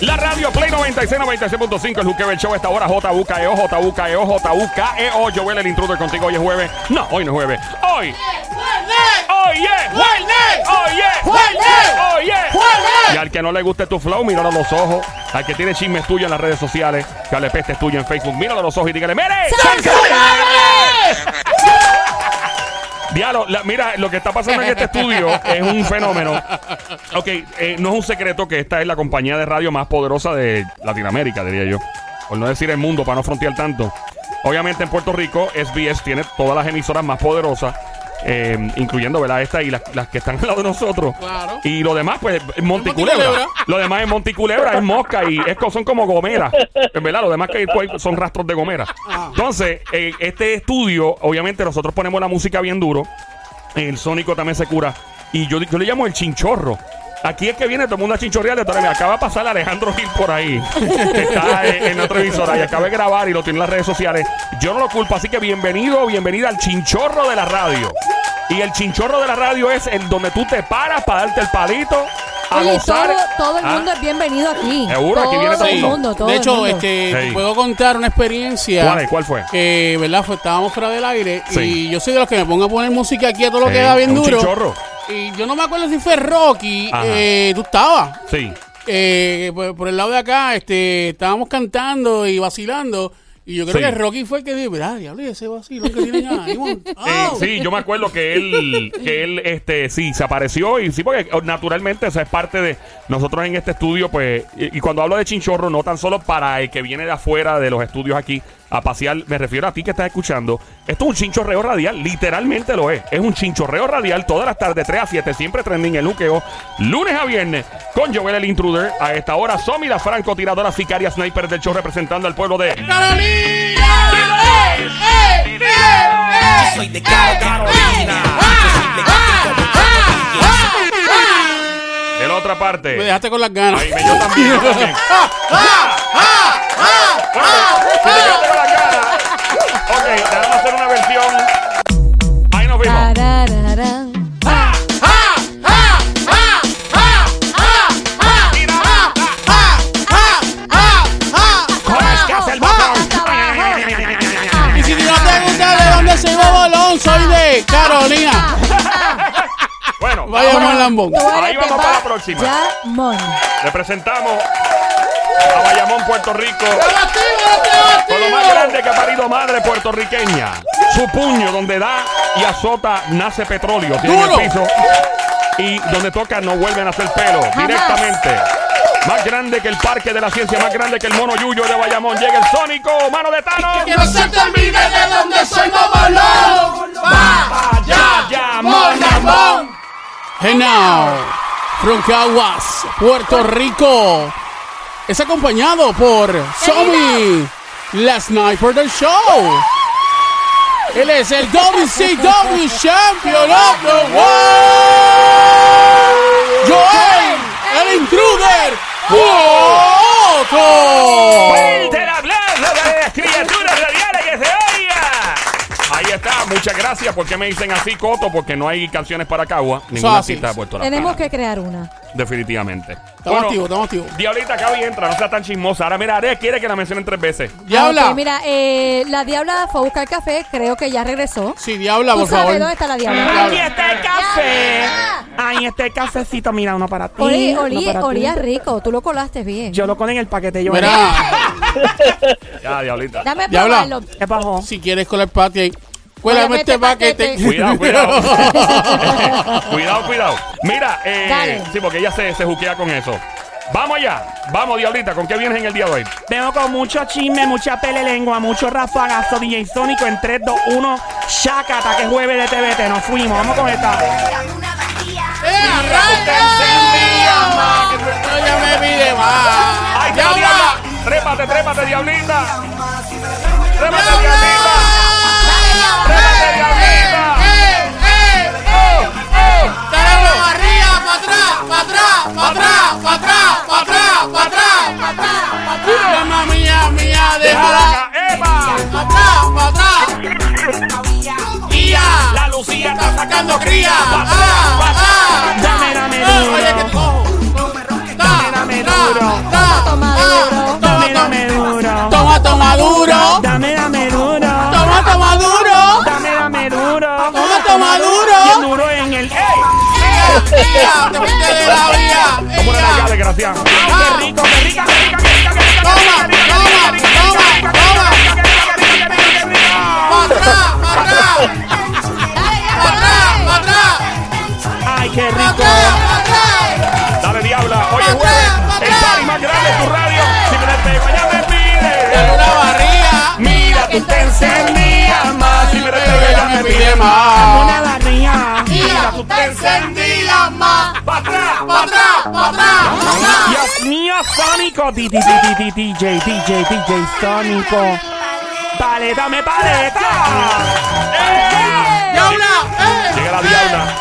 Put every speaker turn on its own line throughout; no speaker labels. La radio Play 96, 96.5, el Juqueo, el show, esta hora, JUKEO, JUKEO, JUKEO, Joel, el intruder contigo, hoy es jueves, no, hoy no es jueves, hoy, hoy es
¡Jueves!
hoy es
¡Jueves!
hoy es
¡Jueves!
y al que no le guste tu flow, míralo a los ojos, al que tiene chismes tuyos en las redes sociales, que le pestes tuyo en Facebook, míralo a los ojos y dígale, mire, Diablo, la- mira, lo que está pasando en este estudio es un fenómeno. Ok, eh, no es un secreto que esta es la compañía de radio más poderosa de Latinoamérica, diría yo. Por no decir el mundo, para no frontear tanto. Obviamente en Puerto Rico, SBS tiene todas las emisoras más poderosas, eh, incluyendo, ¿verdad? Esta y las, las que están al lado de nosotros.
Claro.
Y lo demás, pues, es Monticulebra.
Monticulebra.
Lo demás es Monticulebra, es Mosca y es, co- son como gomeras. En verdad, lo demás que hay pues, son rastros de gomera. Entonces, eh, este estudio, obviamente, nosotros ponemos la música bien duro. El sónico también se cura. Y yo, yo le llamo el chinchorro. Aquí es que viene todo el mundo a chinchorrear. Entonces, me acaba de pasar Alejandro Gil por ahí. que está eh, en otra emisora y acaba de grabar y lo tiene en las redes sociales. Yo no lo culpo. Así que bienvenido, bienvenida al chinchorro de la radio. Y el chinchorro de la radio es el donde tú te paras para darte el palito. A
Oye,
gozar.
todo, todo el
Ah.
mundo es bienvenido aquí.
Seguro, aquí
todo
viene todo
el mundo. Todo
de
el
hecho,
mundo.
este, te
Hey.
puedo contar una experiencia.
¿Cuál es? ¿Cuál fue?
Que, ¿verdad? Fue- estábamos fuera del aire
Sí.
y yo soy de los que me pongo a poner música aquí a todo lo que
Ey,
da bien
un
duro.
chinchorro.
Y yo no me acuerdo si fue Rocky,
Ajá.
eh, tú estabas.
Sí.
eh, por, por el lado de acá, este, estábamos cantando y vacilando. Y yo creo
Sí.
que Rocky fue el que dijo, ¿verdad? Diablo, y ese vacilón que tienen ahí. mon- Ah,
Eh,
¡Au!
sí, yo me acuerdo que él, que él, este, sí, se apareció y sí, porque oh, naturalmente esa es parte de nosotros en este estudio, pues, y, y cuando hablo de chinchorro, no tan solo para el que viene de afuera de los estudios aquí a pasear, me refiero a ti que estás escuchando, esto es un chinchorreo radial, literalmente lo es, es un chinchorreo radial todas las tardes, 3 a 7, siempre trending el luqueo, lunes a viernes, con Joel el Intruder, a esta hora, Somi la francotiradora sicaria sniper del show representando al pueblo de...
soy de Cabo, Carolina. Yo soy de Cabo,
De la otra parte...
Me dejaste con las ganas.
Ay, me- yo también, yo también. Bueno, si te quedaste con la cara. Ok, te vamos a hacer una versión. Ahí nos vimos.
Tarararán.
Mira, ¿cómo es que hace el botón? Ay, ay, ay, ay, ay, ay, ay, ay,
Y si no te gusta de dónde soy Bobolón, soy de Carolina.
ay. Bueno,
Vaya mal lambón.
Tú eres
Ahí vamos
de
para la próxima.
Bayamón.
le presentamos a Bayamón, Puerto Rico. Con lo más grande que ha parido madre puertorriqueña. Su puño donde da y azota nace petróleo. Tiene
¡Duro!
el piso. Y donde toca no vuelven a hacer pelo. Directamente. Más grande que el parque de la ciencia, más grande que el mono Yuyo de Bayamón. Llega el Sónico, mano de Tano.
Que no se te olvide de dónde soy Bobolón.
Bayamón.
And now, from Caguas, Puerto Rico, es acompañado por Somi, la sniper del show. Él es el WCW Champion of the World, Joel, el intruder, Cuoco.
¡Fuerte el aplauso para las criaturas radiales que se oiga! Ahí está, muchas gracias. ¿Por qué me dicen así, Coto? Porque no hay canciones para Cagua. Ninguna
así.
cita de Puerto La
Tenemos
Plata.
que crear una.
Definitivamente.
Estamos activos, estamos activos.
Diablita, Cabi entra, no sea tan chismosa. Ahora, mira, Are quiere que la mencionen tres veces.
Diabla,
Ah, Ok, mira, eh, la Diabla fue a buscar café. Creo que ya regresó.
sí, Diabla,
¿Tú
por
sabes dónde
favor.
está la Diabla?
Ahí está el café. Ahí está el cafecito. Mira, uno para ti.
Olí,
uno
olí,
para ti.
olía rico. Tú lo colaste bien.
Yo lo colé en el paquete. Yo
Mira,
Ya, Diablita.
Dame
Diabla.
probarlo.
¿Qué pasó?
si quieres colar patio, cuélame este paquete.
Cuidado, cuidado. cuidado, cuidado. Mira, eh,
Dale.
sí, porque ella se, se juquea con eso. Vamos allá. Vamos, Diablita, ¿con qué vienes en el día de hoy?
Vengo con mucho chisme, mucha pele lengua, mucho rafagazo. DJ Sónico en 3, 2, 1. Shakata, que jueves de TVT. Nos fuimos. Vamos con esta.
ya me pide más.
¡Ay, está Diabla! ¡Trépate, trépate, Diablita! ¡Trépate, Diablita! ¡Trépate, Diablita! ¡Déjala! ¡Eva! ¡La Lucía está
Sacando cría,
Ah, ah.
Dame, dame duro.
Oye, que te cojo.
Dame, dame duro.
Ta, ta, ¡Ea! ¡Te fuiste de la vía!
Vamos a poner la llave,
¡Ea!
gracias.
Ah.
¡Qué rico, qué rica, qué rica, qué rica, qué rica,
Toma,
qué rica, qué rica,
toma,
qué
Dale, dale,
toma, toma. ¡Para atrás! ¡Para atrás! ¡Para atrás! ¡Para atrás!
rica, qué rica, qué rica, qué rica, qué rica, qué rica, qué rica, qué rica, qué rica! ¡Ay, qué
¡Para
rico!
atrás! ¡Para atrás!
Dale, diabla. Hoy es
Para
jueves.
atrás, para
El
atrás.
party más grande de tu radio. Si me la pego, ya me
Dale
pide.
una barriga!
Mira, tú te encendías más. Si me la pego, ya me pide más.
Una
más!
barriga.
¡Mira, tú te encendías más!
¡Para atrás!
¡Para atrás! ¡Para atrás! ¡Para atrás!
Dios mío, Sónico. Di, di, di, di, di, DJ, DJ, DJ Sónico. Paleta, me paleta.
¡Diabla! ¡Eh!
Llega la
¡Eh!
diabla.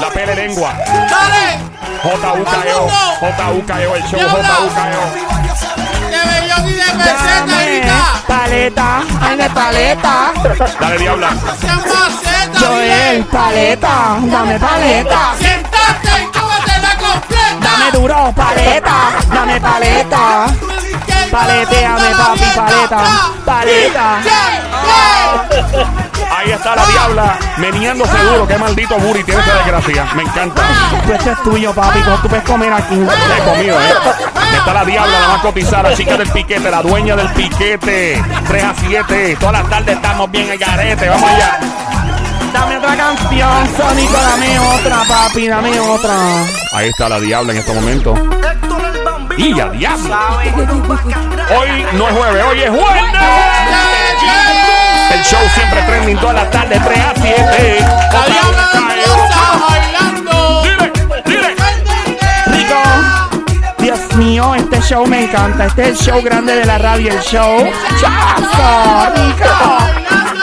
La pele lengua.
¡Dale!
J.U.K.O. J.U.K.O. E El show
Diabla.
J.U.K.O. eh.
¡De bellón y de peseta,
Dame
hijita!
paleta. Dame paleta.
Dale, diabla.
¡No seas maceta,
Joel,
Miguel!
paleta. Dame paleta.
¡Siéntate y cómete la completa!
Dame duro, paleta. Dame paleta. Paleteame, papi, paleta. Paleta.
Ahí está la diabla. Meneando seguro. Qué maldito booty tiene esa desgracia. Me encanta.
Pues esto es tuyo, papi. Tú puedes comer aquí.
Me he comido, ¿eh? Está la diabla, la más cotizada, la chica del piquete, la dueña del piquete. 3 a 7. Todas las tardes estamos bien en garete. Vamos allá.
Dame otra canción, Sónico. Dame otra, papi. Dame otra.
Ahí está la diabla en este momento. Y ya, diablo. Hoy no es jueves, hoy es jueves. El show siempre trending todas las tardes, 3 a 7.
La diabla
eh.
de Dios está bailando.
Dile, dile.
Rico. Dios mío, este show me encanta. Este es el show grande de la radio, el show. ¡Chazo, rico!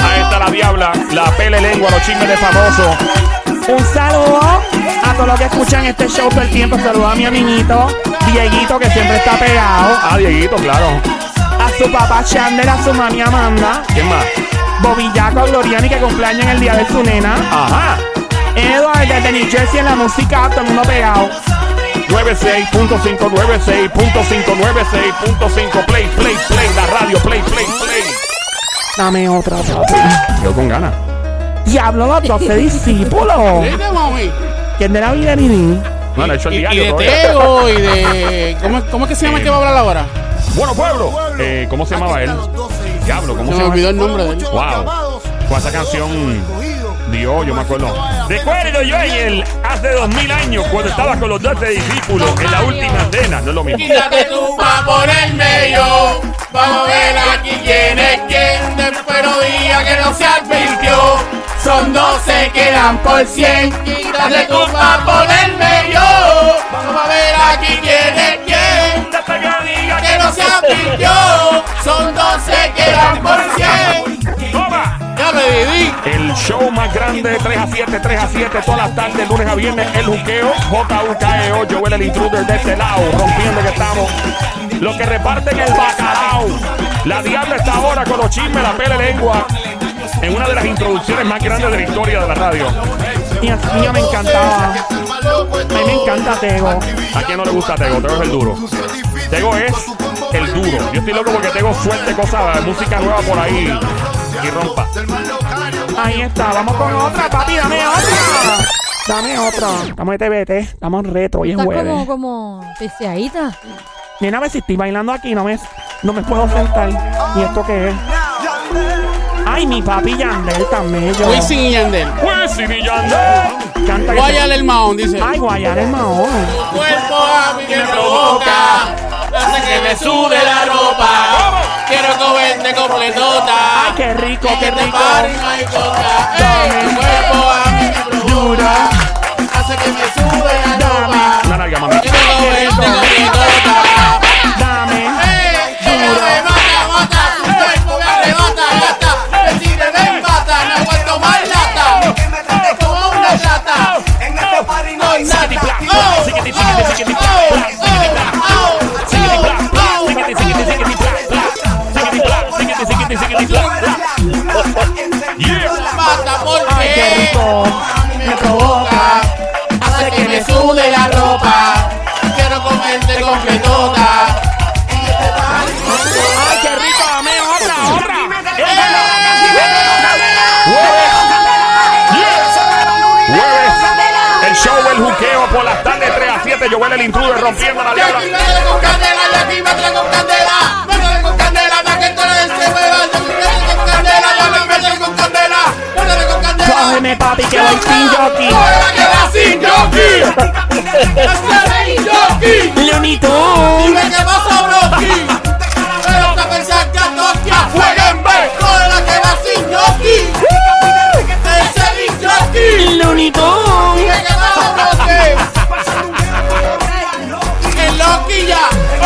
Ahí está la diabla, la pele lengua, los chismes de famoso.
Un saludo a todos los que escuchan este show todo el tiempo. Saludo a mi amiguito, Dieguito, que siempre está pegado.
Ah, Dieguito, claro.
A su papá Chandler, a su mami Amanda.
¿Quién más?
Bobillaco, Gloriani, que cumpleaños en el día de su nena.
Ajá.
Edward, desde New Jersey, en la música, todo el mundo pegado.
96.596.596.5 Play, play, play, la radio, play, play, play.
Dame otra, papi.
Yo con ganas.
Diablo, los 12 discípulos.
¿Viste, mami?
¿Quién de la vida, Nini?
Bueno, he hecho el
Y, y
diario
de
todavía.
Tego y de. ¿Cómo, cómo es que se llama el que va a hablar ahora?
Bueno, pueblo. Eh, ¿Cómo se llamaba él? Diablo, ¿cómo se
Se me
llama?
olvidó el nombre de él.
Wow. Con esa canción Dios, yo me acuerdo. Recuerdo yo en el hace dos mil años cuando estaba con los 12 discípulos en la última cena, no es lo mismo.
Quítate tú pa' ponerme yo. Vamos a ver aquí quién es quién. Después no diga que no se advirtió. Son 12 que dan por 100. Quítate tú pa' ponerme yo. Vamos a ver aquí quién es quién. Que no se advirtió. Son 12 que dan por 100.
Toma.
Ya me viví.
El show más grande, 3 a 7, 3 a 7, todas las tardes, lunes a viernes, el juqueo, J.U.K.E.O., E Joel el intruder de este lado, rompiendo que estamos. Los que reparten el bacalao. La diabla está ahora con los chismes, la pele lengua. En una de las introducciones más grandes de la historia de la radio.
Dios mío, me encantaba. A mí me encanta Tego.
¿A quién no le gusta Tego? Tego es el duro. Tego es el duro. Yo estoy loco porque Tego suelte cosas, música nueva por ahí y rompa.
Ahí está, vamos con otra, papi, dame otra. Dame otra. Estamos en TBT, estamos retro, hoy es
Estás como,
jueves.
como deseadita.
Nena, me si estoy bailando aquí, no me, no me puedo sentar. ¿Y esto qué es? Ay, mi papi Yandel también, yo.
Wisin y Yandel.
Pues sí, Villandel.
Canta que
Guayale el maón, dice.
se- Ay, Guayar es Mahón.
cuerpo a mí me provoca. Hace que me sube la ropa. Quiero comerte
Ay,
completota.
qué rico,
Que
qué
te
rico.
pare y no hay coca. Ey, tu cuerpo a mí me provoca. Hace que me sube la ropa.
Una larga, mami.
Quiero comerte completota.
Dame.
Ey, ella me mata, mata. Tu cuerpo me arrebata, gata. Decide, me mata. No aguanto más lata. Es como una lata. No hay nada. Oh, oh, oh, oh, oh, oh.
Yeah.
Mata
Ay, qué
porque
rico.
me provoca. este Eh.
el juqueo por las tardes 3 a 7. Yo huele el intruder rompiendo la diabla.
aquí métele con candela, y aquí métele con candela. Métele con candela, hasta que tú eres el mueva. Métele con candela, ya me métele con candela. Métele con candela.
Cógeme, papi, que voy sin jockey.
Ahora que va sin jockey. Hacer el jockey.
Looney Tunes.
Dime qué pasa, Brocky. Pero está pensando que Nokia jueguen bien. Ahora que va sin jockey. Hacer el jockey.
Looney Tunes.
Dime qué pasa, Brocky. El Loki ya. Oh,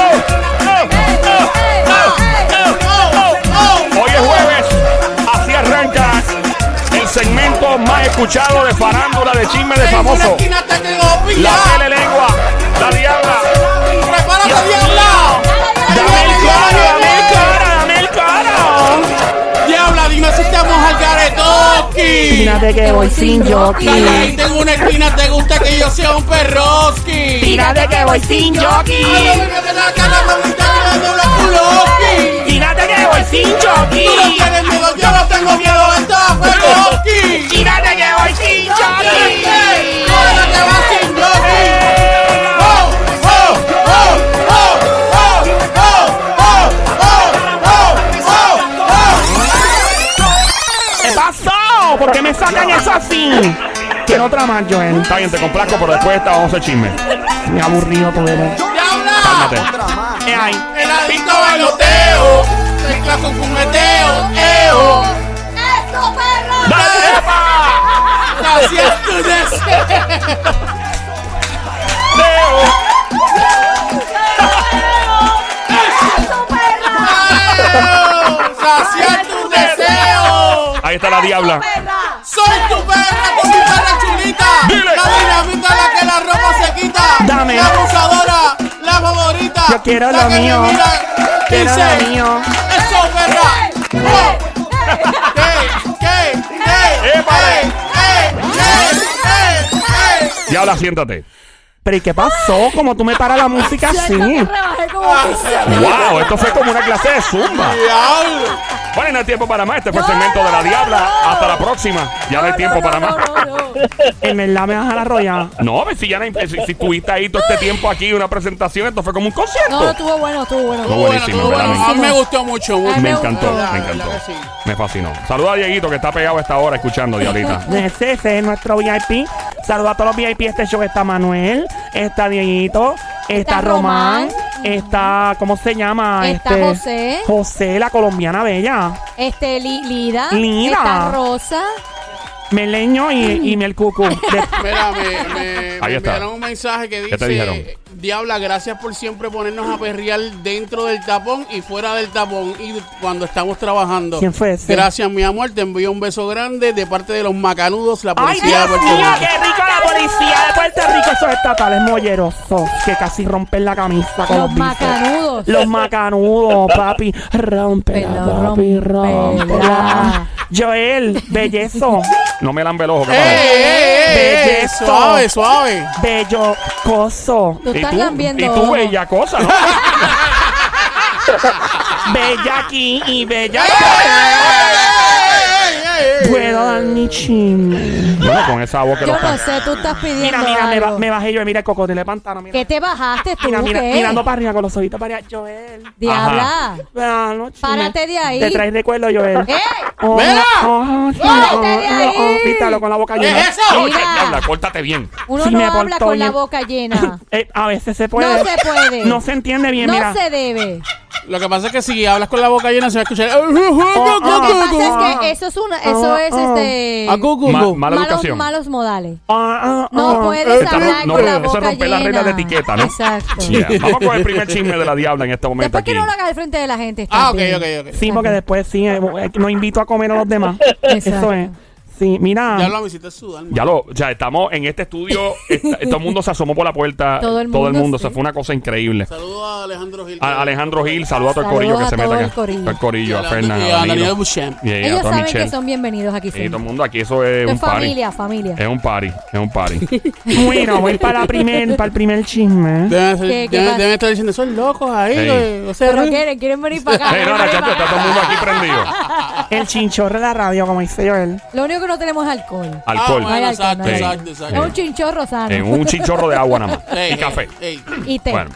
oh.
Hoy es jueves, así arranca el segmento más escuchado de farándula, de chisme, de famoso.
En una esquina te quedó
La
pillado.
tele lengua, la diabla.
¡Prepárate, diabla!
Dame el coro, dame el coro, dame el coro.
¡Diabla, dime si estamos al garetoski!
Tírate que voy sin jockey.
Calladita en una esquina, ¿te gusta que yo sea un perroski?
Tírate que voy sin
¡Ay,
jockey.
no me metes la cara, mamita, que me dobla tu loki!
Tírate que voy
¡Tú
sin
no
jockey.
tienes miedo, yo no tengo miedo, esto es perroski!
Tírate que voy sin jockey.
¡Ahora que vas sin yoki! ¡Oh, oh, oh, oh, oh, oh, oh, oh, oh, oh, oh!
¿Qué pasó? ¿Por qué me sacan eso así? Quiero otra más, Joel.
Está bien, te complazco, pero después está 11 chismes.
Me aburrido tú eres.
¡Diabla!
Eh, ay.
El adicto bailoteo, mezcla con fumeteo, eo.
¡Eso, perro!
¡Dale, epa!
Así es tu deseo.
Leo.
¡Eso, perra!
Saciar tu deseo.
Ahí está la diabla.
¡Perra!
Soy tu perra, tu guitarra chulita.
Dile.
La dinamita, la que la ropa se quita.
Dame.
La abusadora, la favorita.
Yo quiero
la
lo
que me
mío.
mira,
Quiero
dice,
lo mío.
Eso, perra. Oh. ¿Qué? ¿Qué? ¿Qué?
Épale.
¡Eh! ¡Eh! ¡Eh! ¡Eh! ¡Eh!
Diabla, siéntate.
Pero ¿y qué pasó? Como tú me paras la música
Siento
así.
que rebajé como
Ah.
quisiera.
¡Wow! Esto fue como una clase de zumba.
¡Diablo!
Bueno, y no hay tiempo para más. Este fue el
No,
segmento de la
no,
diabla.
no.
Hasta la próxima. Ya no hay tiempo
no,
para más.
no, no, no.
En verdad me vas a la roya.
No, pues si ya no hay- si, si estuviste ahí todo este tiempo aquí, una presentación, esto fue como un
No,
concierto.
estuvo bueno, estuvo bueno.
Estuvo buenísimo,
Bueno,
¿verdad?
bueno, a mí me gustó mucho, mucho.
Me
Me
encantó,
gustó.
me
La
encantó.
verdad que sí.
Me fascinó. Saluda a Dieguito que está pegado a esta hora escuchando, Diablita.
Ese, ese es nuestro VIP. Saluda a todos los VIP de este show. Está Manuel, está Dieguito, está,
Está
Román,
Román.
está, ¿cómo se llama? Este,
Está José.
José, la colombiana bella.
Este, Li- Lida.
Lida.
Está Rosa.
Meleño y, y Melcucu. De-
Mira, me, me- me
Ahí está.
enviaron un mensaje que
te dijeron?
dice, Diabla, gracias por siempre ponernos a perrear dentro del tapón y fuera del tapón y cuando estamos trabajando.
¿Quién fue ese?
Gracias, mi amor, te envío un beso grande de parte de los macanudos, la
¡Ay,
policía de
Dios
Puerto
mío!
Rico.
¡Qué rico la policía de Puerto Rico! Esos estatales mollerosos que casi rompen la camisa con los,
Los
bíceps.
macanudos.
Los macanudos, papi. Rompela,
Pero
papi, rompela.
rompela.
Joel, bellezo.
No me lambe el ojo, ¿qué
¡Eh,
pasa?
eh, eh, eh!
Bellezo.
Suave, suave.
Bello coso.
Tú estás
y
cambiando.
tú, bella cosa, ¿no?
Bella aquí y bella.
¡Ey, ey, ey!
Puedo dar mi chisme.
Bueno, con esa voz que lo
Yo no
está.
sé, tú estás pidiendo
Mira, mira, me, ba-
algo.
me bajé yo. Mira el cocote de pantano. Mira,
¿Qué te bajaste tú?
mira, mira,
¿Qué?
mirando para arriba con los ojitos para allá. Joel.
Diabla.
Ah, no, chisme.
Párate de ahí.
Te traes recuerdo, Joel.
¡Eh!
Oh,
¡Mira!
oh, sí,
¡Córrete
oh,
de
oh, oh,
ahí!
vítalo con la boca
¿Qué
llena.
es eso?
Oye,
Mira.
Diabla, córtate bien.
Uno
Sí me
no habla
portó
con la
bien.
boca llena.
Eh, a veces se puede.
No se puede.
No se entiende bien,
No
mira.
se debe.
Lo que pasa es que si hablas con la boca llena se va a escuchar...
Lo que pasa
Ah.
es que eso es una, eso es
Ah, ah.
este
A Google.
Ma- mala
malos,
educación.
malos modales.
Ah, ah,
No
ah.
puedes
Está-
hablar
no,
con la
eso
boca
rompe la
llena.
regla de etiqueta, ¿no?
Exacto.
Yeah. Vamos con el primer chisme de la diabla en este momento
Después
aquí.
que no lo hagas al frente de la gente. está
Ah, ok,
bien.
ok, ok.
Sí, porque después sí, eh, eh, no invito a comer a los demás. Eso
Exacto.
es. Sí, mira.
Ya lo me hiciste sudar, man.
Ya lo, o sea, estamos en este estudio, está- todo el mundo se asomó por la puerta,
Todo el
todo el
mundo,
mundo, se
sí.
fue una cosa increíble.
Saludos a Alejandro Gil.
A Alejandro Gil, saluda a todo el
Saludos
corillo que
a
se
todo
mete
el
acá.
corillo.
Todo el corillo, a Fernan,
Y
a
a Daniel
Danilo.
Buchan.
Y a
Ellos
toda
saben
Michelle.
que son bienvenidos aquí.
Y todo el
siempre.
mundo aquí, eso es
Esto
un
es
party.
familia, familia.
Es un party, es un party.
Bueno, voy para, la primer, para el primer chisme.
Deben, ser-
¿Qué- qué
deben-
pasa?
deben estar diciendo, son locos ahí.
Ey.
güey". O sea,
Pero
re-
quieren, quieren venir para acá.
Hey, no,
quieren
no, chacho,
venir
está
para acá.
todo el mundo aquí prendido.
El chinchorro de la radio, como dice Joel.
Lo único que no tenemos alcohol.
Alcohol.
Ah, bueno,
Hay
exacto,
alcohol, no hay.
exacto,
Es
exacto.
un chinchorro sano.
En un chinchorro de agua nada más.
Ey,
y café.
ey, ey.
Y té.
Bueno.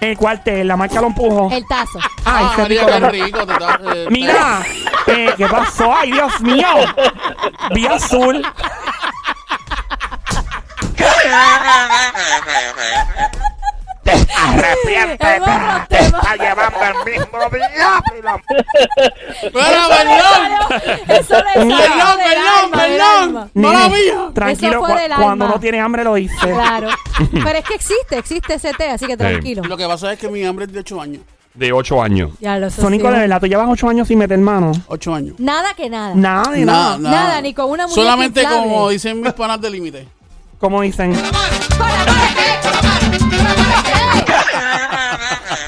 El cuartel, la marca lo empujó.
El tazo.
Ay,
Ah,
qué
María,
rico.
qué rico. te está- eh,
Mira, eh, ¿qué pasó? Ay, Dios mío. Vi azul.
Es otro tema.
te- Pero, perdón.
Eso le salió
Perdón,
Perdón,
del alma,
perdón,
del
perdón.
alma.
Mala
Nene,
mía.
Tranquilo,
fue
cua-
del
cuando
alma.
no tiene hambre lo dice.
Claro. Pero es que existe, existe ese té, así que tranquilo.
Lo que pasa es que mi hambre es de 8 años.
De 8 años.
Ya lo sé.
Sónico, de verdad, tú llevas ocho años sin meter mano.
8 años.
Nada que nada.
Nada, de nada.
Nada, ni con una muñeca
Solamente
inflable.
como dicen mis panas de límite.
Como dicen.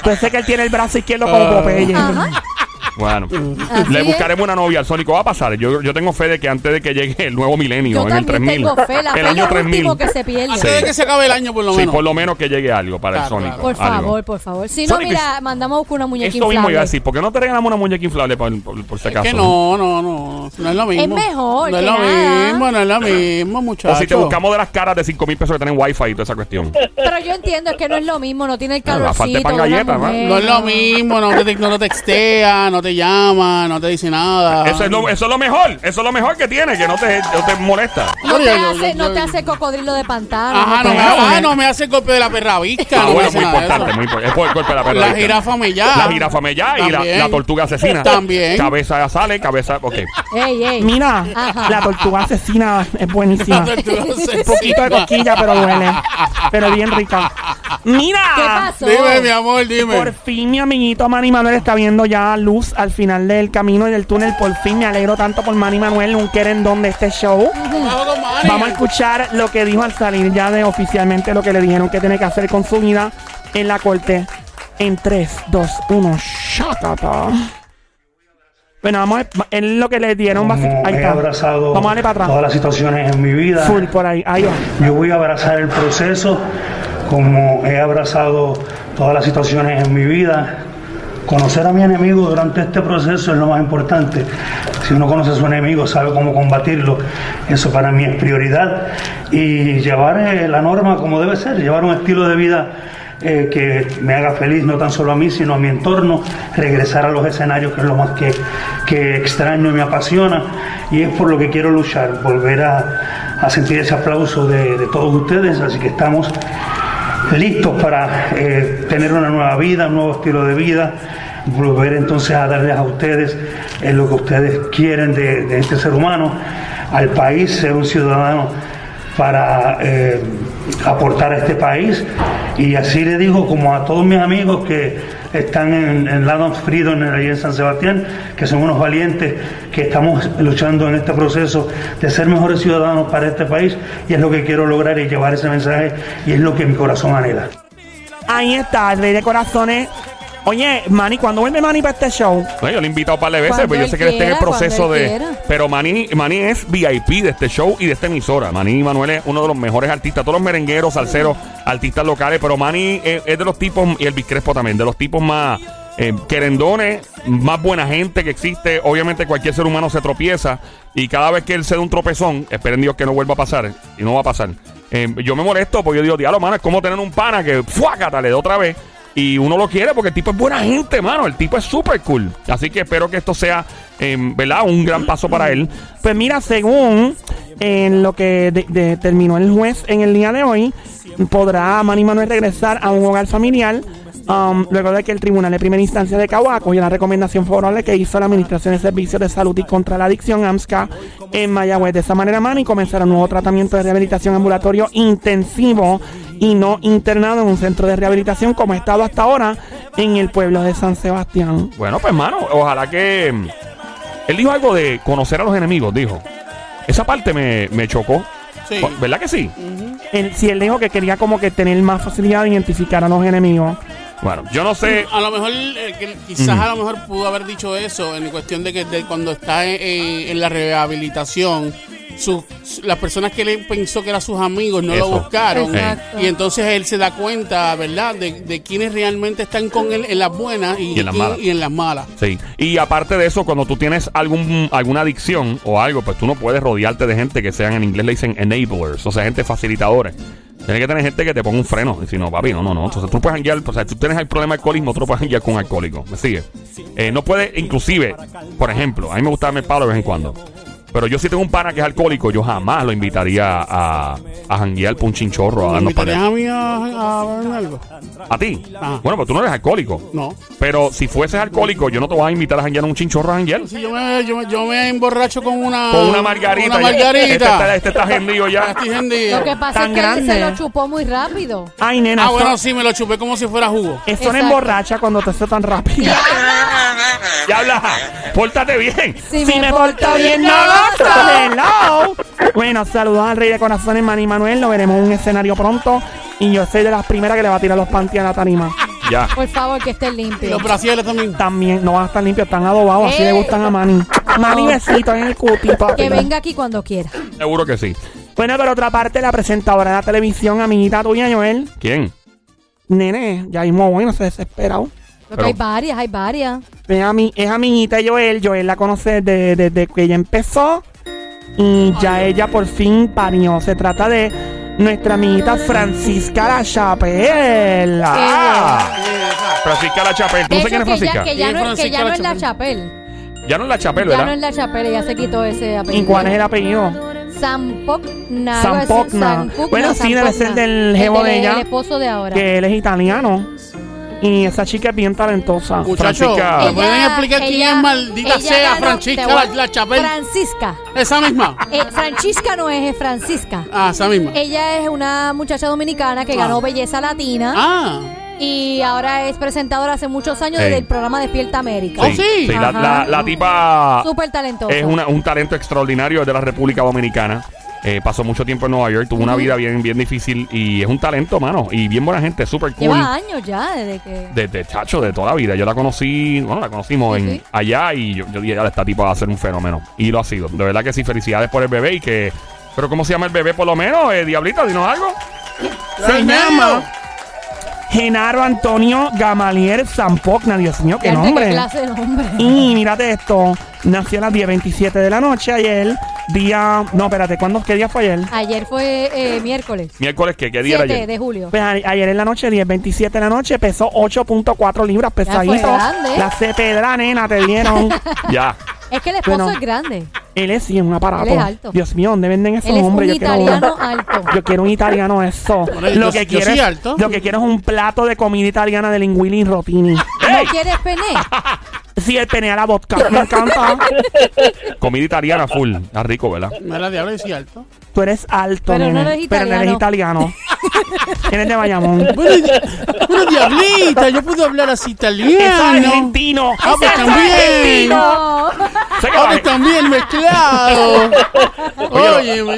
Yo sé que él tiene el brazo izquierdo
Ah.
como Popeye.
Ajá.
Bueno.
Así
Le
es.
buscaremos una novia al Sónico. Va a pasar. Yo, yo tengo fe de que antes de que llegue el nuevo milenio,
Yo
en el
también
3000.
tengo fe, la fe
el
es
año
lo
3000.
último que se pierde.
Antes de que se acabe el año, por lo
Sí,
menos.
por lo menos que llegue algo para
Claro,
el Sónico.
claro.
Por
algo.
favor, por favor. Si no,
Sonic is-
mira, mandamos a buscar una muñeca
Esto mismo iba a
inflable.
decir. ¿Por qué no te regalamos una muñeca inflable por, por- por si
Es
acaso?
que no, no, no. No es lo mismo.
mejor
No es
que
lo
nada.
mismo, no es lo mismo, muchachos.
O si te buscamos de las caras de 5 mil pesos que tienen wifi y toda esa cuestión.
Pero yo entiendo, es que no es lo mismo, no tiene el
Claro, la falta de
calorcito.
pan
de una
galleta, ¿no?
mujer.
No es lo mismo, no te, no te textea, no te llama, no te dice nada.
Eso, es lo, eso es lo mejor. Eso es lo mejor que tiene, que no te, no te molesta.
No te,
Yo- yo-
hace,
yo-
no te
yo-
hace cocodrilo de pantano.
Ajá, no me,
Claro,
ah,
eh.
no me hace el golpe de la perravisca.
Ah,
no me
bueno,
hace
muy
nada de
importante,
eso.
muy importante. Es por el cuerpo de la perra.
La jirafa mellada.
La jirafa mellá y la,
También.
la tortuga asesina.
También.
Cabeza sale, cabeza. Ok.
Ey, ey.
Mira,
Ajá.
la tortuga asesina es buenísima.
La tortuga
Un poquito de
asesina.
coquilla, pero duele. Pero bien rica. Mira.
¿Qué pasó?
Dime, mi amor, dime.
Por fin mi amiguito Manny Manuel está viendo ya luz al final del camino y del túnel. Por fin me alegro tanto por Manny Manuel, un querendón de este show.
Vamos con Manny.
Vamos a escuchar lo que dijo al salir ya de oficialmente lo que le dijeron que tiene que hacer con su vida en la corte. En 3, 2, 1, shakata. Bueno, vamos a, es lo que le dieron. basi- Ahí
He
está.
abrazado
Vamos a darle para
todas
atrás.
las situaciones en mi vida.
Full por ahí. Ahí va.
Yo voy a abrazar el proceso como he abrazado todas las situaciones en mi vida. Conocer a mi enemigo durante este proceso es lo más importante. Si uno conoce a su enemigo, sabe cómo combatirlo. Eso para mí es prioridad. Y llevar eh, la norma como debe ser, llevar un estilo de vida eh, que me haga feliz no tan solo a mí, sino a mi entorno, regresar a los escenarios, que es lo más que, que extraño y me apasiona, y es por lo que quiero luchar, volver a, a sentir ese aplauso de, de todos ustedes, así que estamos listos para eh, tener una nueva vida, un nuevo estilo de vida, volver entonces a darles a ustedes eh, lo que ustedes quieren de, de este ser humano, al país, ser un ciudadano para eh, aportar a este país y así le digo como a todos mis amigos que están en, en Land of Freedom en- ahí en San Sebastián, que son unos valientes que estamos luchando en este proceso de ser mejores ciudadanos para este país y es lo que quiero lograr y llevar ese mensaje y es lo que mi corazón anhela.
Ahí está, el rey de corazones. Oye, Manny, ¿cuándo vuelve Manny para este show?
No, yo le he invitado un par de veces,
Cuando
pero yo
él
sé que él está en el
quiera,
proceso
cuando él
de.
quiera.
Pero Manny, Manny es VIP de este show y de esta emisora. Manny Manuel es uno de los mejores artistas, todos los merengueros, salseros, artistas locales. Pero Manny es, es de los tipos, y el Biscrespo también, de los tipos más eh, querendones, más buena gente que existe. Obviamente, cualquier ser humano se tropieza y cada vez que él se da un tropezón, esperen Dios que no vuelva a pasar y no va a pasar. Eh, yo me molesto porque yo digo, diablo, mano, es como tener un pana que fuácata le da otra vez. Y uno lo quiere porque el tipo es buena gente, mano. El tipo es súper cool. Así que espero que esto sea, em, ¿verdad? Un gran paso para él.
Pues mira, según eh, lo que determinó el juez en el día de hoy, podrá Manny Manuel regresar a un hogar familiar um, luego de que el Tribunal de Primera Instancia de Cahuaco y la recomendación favorable que hizo la Administración de Servicios de Salud y contra la Adicción AMSCA en Mayagüez. De esa manera, Manny comenzará un nuevo tratamiento de rehabilitación ambulatorio intensivo y no internado en un centro de rehabilitación como ha estado hasta ahora en el pueblo de San Sebastián.
Bueno, pues, mano, ojalá que. em, Él dijo algo de conocer a los enemigos, dijo. Esa parte me, me chocó.
Sí.
¿Verdad que sí?
Él, si él dijo que quería como que tener más facilidad de identificar a los enemigos.
Bueno, yo no sé.
A lo mejor, eh, que quizás a lo
Mm.
mejor pudo haber dicho eso en cuestión de que de cuando está en, en- en la rehabilitación su- su- las personas que él pensó que eran sus amigos no lo
Eso.
buscaron.
Exacto.
Y entonces él se da cuenta, ¿verdad?, de, de quienes realmente están con él en las buenas y,
Y en las malas.
y en las malas.
Sí. Y aparte de eso, cuando tú tienes algún, alguna adicción o algo, pues tú no puedes rodearte de gente que sean, en inglés le dicen enablers, o sea, gente facilitadores. Tienes que tener gente que te ponga un freno. Y si no, papi, no, no, no. Entonces tú puedes janguear, o sea, tú tienes el problema de alcoholismo, tú no puedes janguear con un alcohólico. ¿Me sigue? Eh, no puede, inclusive, por ejemplo, a mí me gusta darme el palo de vez en cuando. Pero yo si tengo un pana que es alcohólico, yo jamás lo invitaría a, a janguear por un chinchorro, a
¿Me
darnos
invitarías
palo.
a mí a, a beber algo?
¿A ti?
Ajá.
Bueno, pues tú no eres alcohólico.
No.
Pero si fueses alcohólico, yo no te voy a invitar a janguear a un chinchorro a janguear.
Sí, yo, me, yo, me- yo me emborracho con una.
Con una margarita.
Una margarita.
Este está, este está hendido
Ya
ya.
estoy hendido.
Lo que pasa
Tan
es que él
grande.
se lo chupó muy rápido.
Ay, nena,
Ah,
esto-
bueno, sí, me lo chupé como si fuera jugo.
esto no
Exacto.
emborracha cuando te hace tan rápido.
Ya habla. Pórtate bien.
Si,
lo Hello. Bueno, saludos al Rey de Corazones, Manny Manuel. Lo veremos en un escenario pronto. Y yo soy de las primeras que le va a tirar los panties a la tarima.
Ya.
Por favor, que esté
Y
limpio.
los brasiles también.
También no van a estar limpios, están adobados. Así
Eh.
le gustan a Manny. Manny,
No.
besito en el cuti, papi.
Que venga aquí cuando quiera.
Seguro que sí.
Bueno, por otra parte, la presentadora de la televisión, amiguita tuya, Joel.
¿Quién?
Nene, ya mismo, bueno, se desesperado.
Porque
Pero-
hay varias, hay varias.
Es, ami- Pues es amiguita de Joel. Joel la conoce desde, desde que ella empezó. Y ya ella por fin parió. Se trata de nuestra amiguita Francisca La Chapela.
Ah. Francisca La Chapel. ¿Tú no sé quién
Eso
es
que ya,
Francisca?
que
¿Quién
ya
es
no, que
Francisca
ya no es
la
la Chapel.
Ya no es La Chapel,
Ya no
¿verdad?
es la Chapel, ya se quitó ese apellido.
¿Y cuál es el apellido?
Sampocna. algo así,
Sampocna. Bueno, sí, debe ser del jevo
El
de ella.
El esposo de ahora.
Que él es italiano. Y esa chica es bien talentosa.
Muchachos,
Francisca.
¿me Ah, pueden explicar Pues quién
ella-
es maldita
ella
sea
ganó-
Francisca
te voy a-
la, la Chapel?
Francisca.
Esa misma.
Eh, Francisca no es, es Francisca.
Ah, esa misma.
Ella es una muchacha dominicana que
Ah.
ganó Belleza Latina
Ah,
y ahora es presentadora hace muchos años
Ey.
desde el programa Despierta América.
Oh, sí. Ah.
la, la- la tipa
Súper talentosa.
es una- un talento extraordinario es de la República Dominicana. Eh, pasó mucho tiempo en Nueva York, tuvo una vida bien, bien difícil y es un talento, mano. Y bien buena gente, súper cool.
Lleva años ya desde que...
desde chacho de toda la vida. Yo la conocí, bueno, la conocimos
Sí,
en
sí.
allá y yo, yo dije, ya esta tipo va a ser un fenómeno. Y lo ha sido. De verdad que sí, felicidades por el bebé y que. Pero ¿cómo se llama el bebé por lo menos? Eh, Diablita, dinos algo.
Se llama Genaro Antonio Gamalier Zampogna. Dios mío, qué
Fíjate
nombre.
qué clase de nombre.
Uh.
Y mírate esto. Nació a las 10.27 de la noche ayer. Día. No, espérate, ¿cuándo? ¿Qué día fue ayer?
Ayer fue eh, miércoles.
Miércoles, ¿qué, qué día era
7
ayer?
de julio.
Pues a- ayer en la noche, 10.27 de la noche, pesó 8.4 libras
fue
pesadito.
grande.
La cepedra, nena, te dieron.
Ya.
Es que el esposo
Bueno.
es grande.
Él es sí, es un aparato.
Él es alto.
Dios mío, ¿dónde venden esos
Él es
hombres?
un
quiero uno.
italiano alto.
Yo quiero un italiano eso.
Bueno,
lo,
yo-
que
yo
quiero
soy
es,
alto.
lo que quiero es un plato de comida italiana de linguini y rotini.
¡Ey!
¿No quieres pene?
Ah,
Sí, el pene a la vodka. Me encanta.
Comida italiana full. Está rico, ¿verdad?
me la diablo decía alto.
Tú eres alto,
Pero no
nene,
eres
pero no eres italiano. Eres de Bayamón.
Bueno, di- bueno, diablita, yo puedo hablar así
¡Es
italiano.
argentino!
Ah, pues
¡Es
también.
argentino!
No.
Sé que
Ah,
los-
pues también mezclado.
Oye, los
Óyeme.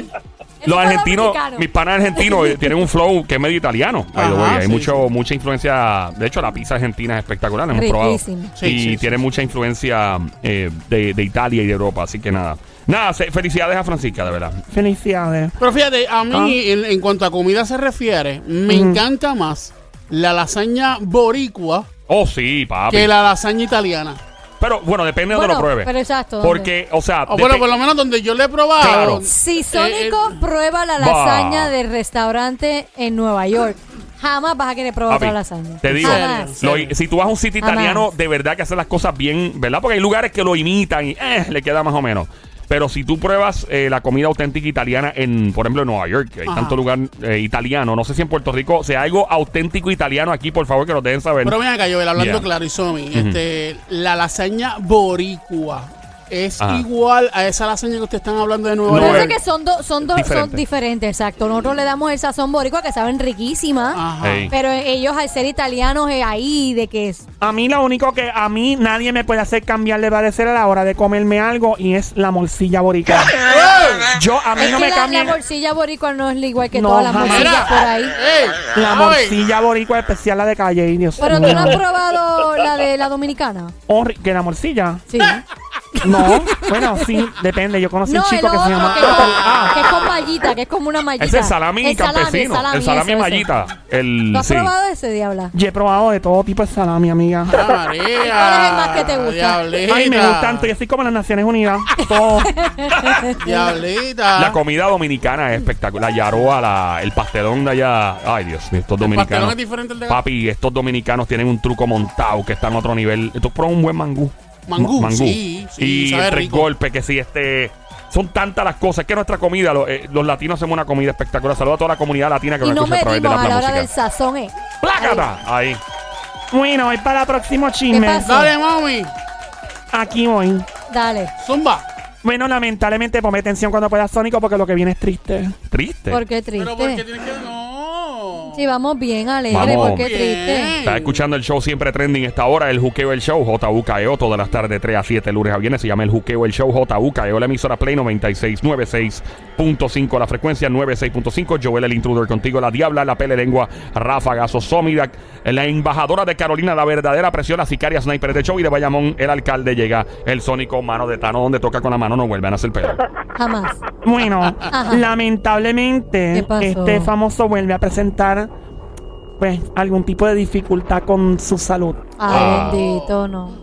Eso es
argentinos,
dominicano.
mis panas argentinos eh, tienen un flow que es medio italiano. By the
Ajá,
way. Hay
sí,
mucho, mucha influencia. De hecho, la pizza argentina es espectacular. la Hemos
Riquísima.
probado.
Sí,
y
sí, sí,
tiene mucha influencia eh, de, de Italia y de Europa. Así que nada. Nada, se- felicidades a Francisca, de verdad.
Felicidades.
Pero fíjate, a mí, en, en cuanto a comida se refiere, me encanta más la lasaña boricua
Oh, sí, papi.
que la lasaña italiana.
Pero bueno, depende de donde
Bueno,
lo pruebes.
pero exacto, ¿dónde?
Porque, o sea,
O bueno,
depe-
por lo menos donde yo le he probado.
Claro.
Si
eh,
Sónico prueba la
Bah.
lasaña del restaurante en Nueva York, jamás vas a querer probar
papi,
otra lasaña.
te digo,
Jamás.
lo- si tú vas a un sitio
Jamás.
italiano de verdad que hace las cosas bien, ¿verdad? Porque hay lugares que lo imitan y eh, le queda más o menos. Pero si tú pruebas eh, la comida auténtica italiana en, por ejemplo, en Nueva York, que hay
Ajá.
tanto lugar eh, italiano, no sé si en Puerto Rico, o sea, algo auténtico italiano aquí, por favor, que nos dejen saber.
Pero ven acá, Joel, hablando
Yeah.
claro, y Somi, este, la lasaña boricua es
Ajá.
igual a esa lasaña que ustedes están hablando de Nueva
No,
York.
Parece
eh,
que son dos, son dos,
diferente.
son diferentes, exacto. Nosotros le damos el sazón boricua que saben riquísima,
Ajá.
Ey.
pero ellos al ser italianos eh, ahí de que es
A mí lo único que a mí nadie me puede hacer cambiar de parecer a la hora de comerme algo y es la morcilla boricua. Yo a mí
Es
no
que
me
la,
cambia
la morcilla boricua no es la igual que
No,
todas las
jamás.
morcillas
Mira,
por ahí.
ey,
la
ay,
morcilla boricua especial la de calle y Dios
Pero tú
mío.
no has probado la de la dominicana.
Horri- que la morcilla.
Sí.
No, bueno, sí, depende. Yo conocí
No,
un
el
chico que
otro
se
que,
llama. Ah.
que es con mallita, que es como una mallita.
Ese es salami
El
campesino.
salami,
el salami
ese,
mallita.
ese.
El,
¿Lo has
sí.
probado ese, Diabla?
Yo he probado de todo tipo de salami, amiga.
Ah, María.
¿Y cuál es el más que te gusta?
Diablita.
Ay, me gustan. Yo soy como las Naciones Unidas. Todo.
Diablita.
La comida dominicana es espectacular. La yaroa, la- el pastelón de allá. Ay, Dios mío, estos
pastelón
dominicanos.
es diferente al de acá.
Papi, estos dominicanos tienen un truco montado que está en otro nivel. Tú pruebas un buen mangú.
Mangú,
Ma-
sí, sí,
y
sabe
el tres
rico.
golpes, que sí, este. Son tantas las cosas. Es que nuestra comida, lo- eh, los, latinos hacemos una comida espectacular. Saludos a toda la comunidad latina que
Y
nos
no
escucha a través de
metimos
la
a la hora
música.
del sazón, ¿eh?
¡Plácata! Ahí.
Bueno, voy para el próximo
¿Qué
chisme.
pasó?
Dale, mami.
Aquí voy.
Dale.
Zumba.
Bueno, lamentablemente ponme atención cuando puedas, Sónico, porque lo que viene es triste.
Triste.
¿Por qué triste?
Pero ¿por qué tienes que.? No.
Sí, vamos bien, alegre,
Vamos.
¿por qué triste?
Está escuchando el show siempre trending esta hora, el Juqueo el Show, JUKEO, E todas las tardes 3 a 7, lunes a viernes, se llama el Juqueo el Show, JUKEO, E la emisora Play 96, 96.5, la frecuencia 96.5, Joel el Intruder contigo, la Diabla, la Pele Lengua, Rafa Gaso, Somidak, la embajadora de Carolina, la verdadera presión, la sicaria sniper de show y de Bayamón, el alcalde llega, el sónico mano de Tano, donde toca con la mano no vuelven a hacer pedo.
Jamás.
Bueno,
Ajá. ¿Qué
lamentablemente,
pasó?
este famoso vuelve a presentar pues algún tipo de dificultad con su salud.
Ah.
Ay, bendito, no.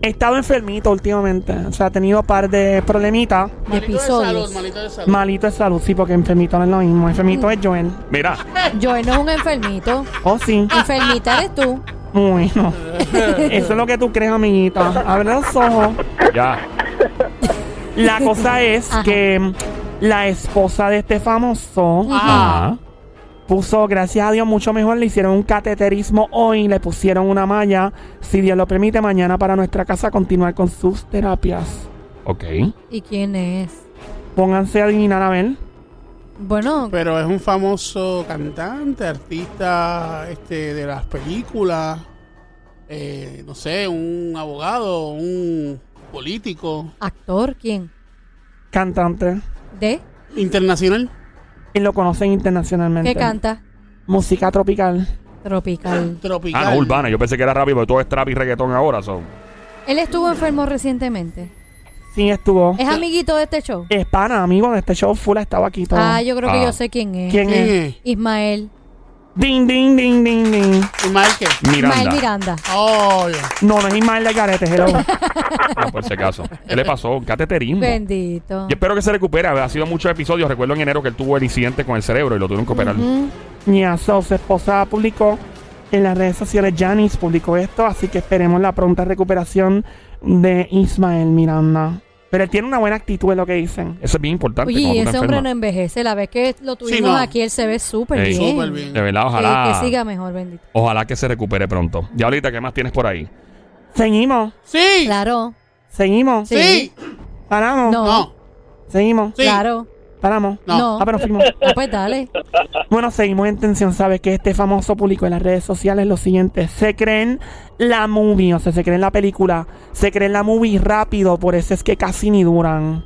He estado enfermito últimamente, o sea, ha tenido un par de problemitas.
De
Malito de salud,
episodios.
malito de salud.
Malito es salud, sí, porque enfermito no es lo mismo. Enfermito es Joel.
Mira,
Joel no es un enfermito.
Oh, sí.
Enfermita eres tú.
Bueno. Eso es lo que tú crees, amiguita. Abre los ojos.
ya,
La cosa es
Ajá.
que la esposa de este famoso
Ah.
puso, gracias a Dios, mucho mejor. Le hicieron un cateterismo hoy, le pusieron una malla. Si Dios lo permite, mañana para nuestra casa continuar con sus terapias.
ok.
¿Y quién es?
Pónganse a adivinar a ver.
Bueno,
Pero es un famoso cantante, artista este, de las películas, eh, no sé, un abogado, un político
actor, ¿quién?
Cantante.
¿De?
internacional.
Y lo conocen internacionalmente.
¿Qué canta?
Música tropical.
Tropical.
Tropical.
Ah, no, urbana, yo pensé que era rápido, pero todo es trap y reggaetón ahora, son.
Él estuvo enfermo recientemente.
Sí, estuvo.
¿Es amiguito de este show?
Es pana, amigo de este show full. ha estado aquí todo.
Ah, yo creo que
Ah.
yo sé quién es.
¿Quién
¿Quién
es?
es?
Ismael.
Ding, ding, ding, ding, ding.
Ismael, ¿qué?
Ismael Miranda.
Oh, ya.
No, no es Ismael de Garete, hello.
Ah, por si acaso. ¿Qué le pasó? Un Cateterismo.
Bendito.
Yo espero que se recupere. Ha sido muchos episodios. Recuerdo en enero que él tuvo el incidente con el cerebro y lo tuvieron que operar.
Ujú.
Ñazo, su esposa publicó en las redes sociales, Janice publicó esto, así que esperemos la pronta recuperación de Ismael Miranda. Pero él tiene una buena actitud, es lo que dicen.
Eso es bien importante.
Oye, y
cuando tú
ese
te
hombre no
enfermas.
envejece. La vez que lo tuvimos
no.
aquí, él se ve súper
Ey.
bien.
Súper bien.
De verdad,
Que-
ojalá.
que siga mejor, bendito.
Ojalá que se recupere pronto. Ya ahorita, ¿qué más tienes por ahí?
Seguimos,
Sí,
Claro.
seguimos,
Sí.
sí,
paramos,
No.
no,
seguimos,
sí.
Claro.
paramos.
No.
No.
Ah, pero fuimos.
Ah, pues dale.
Bueno, seguimos en tensión. Sabes que este famoso público en las redes sociales lo siguiente: se creen la movie, o sea, se creen la película, se creen la movie rápido, por eso es que casi ni duran.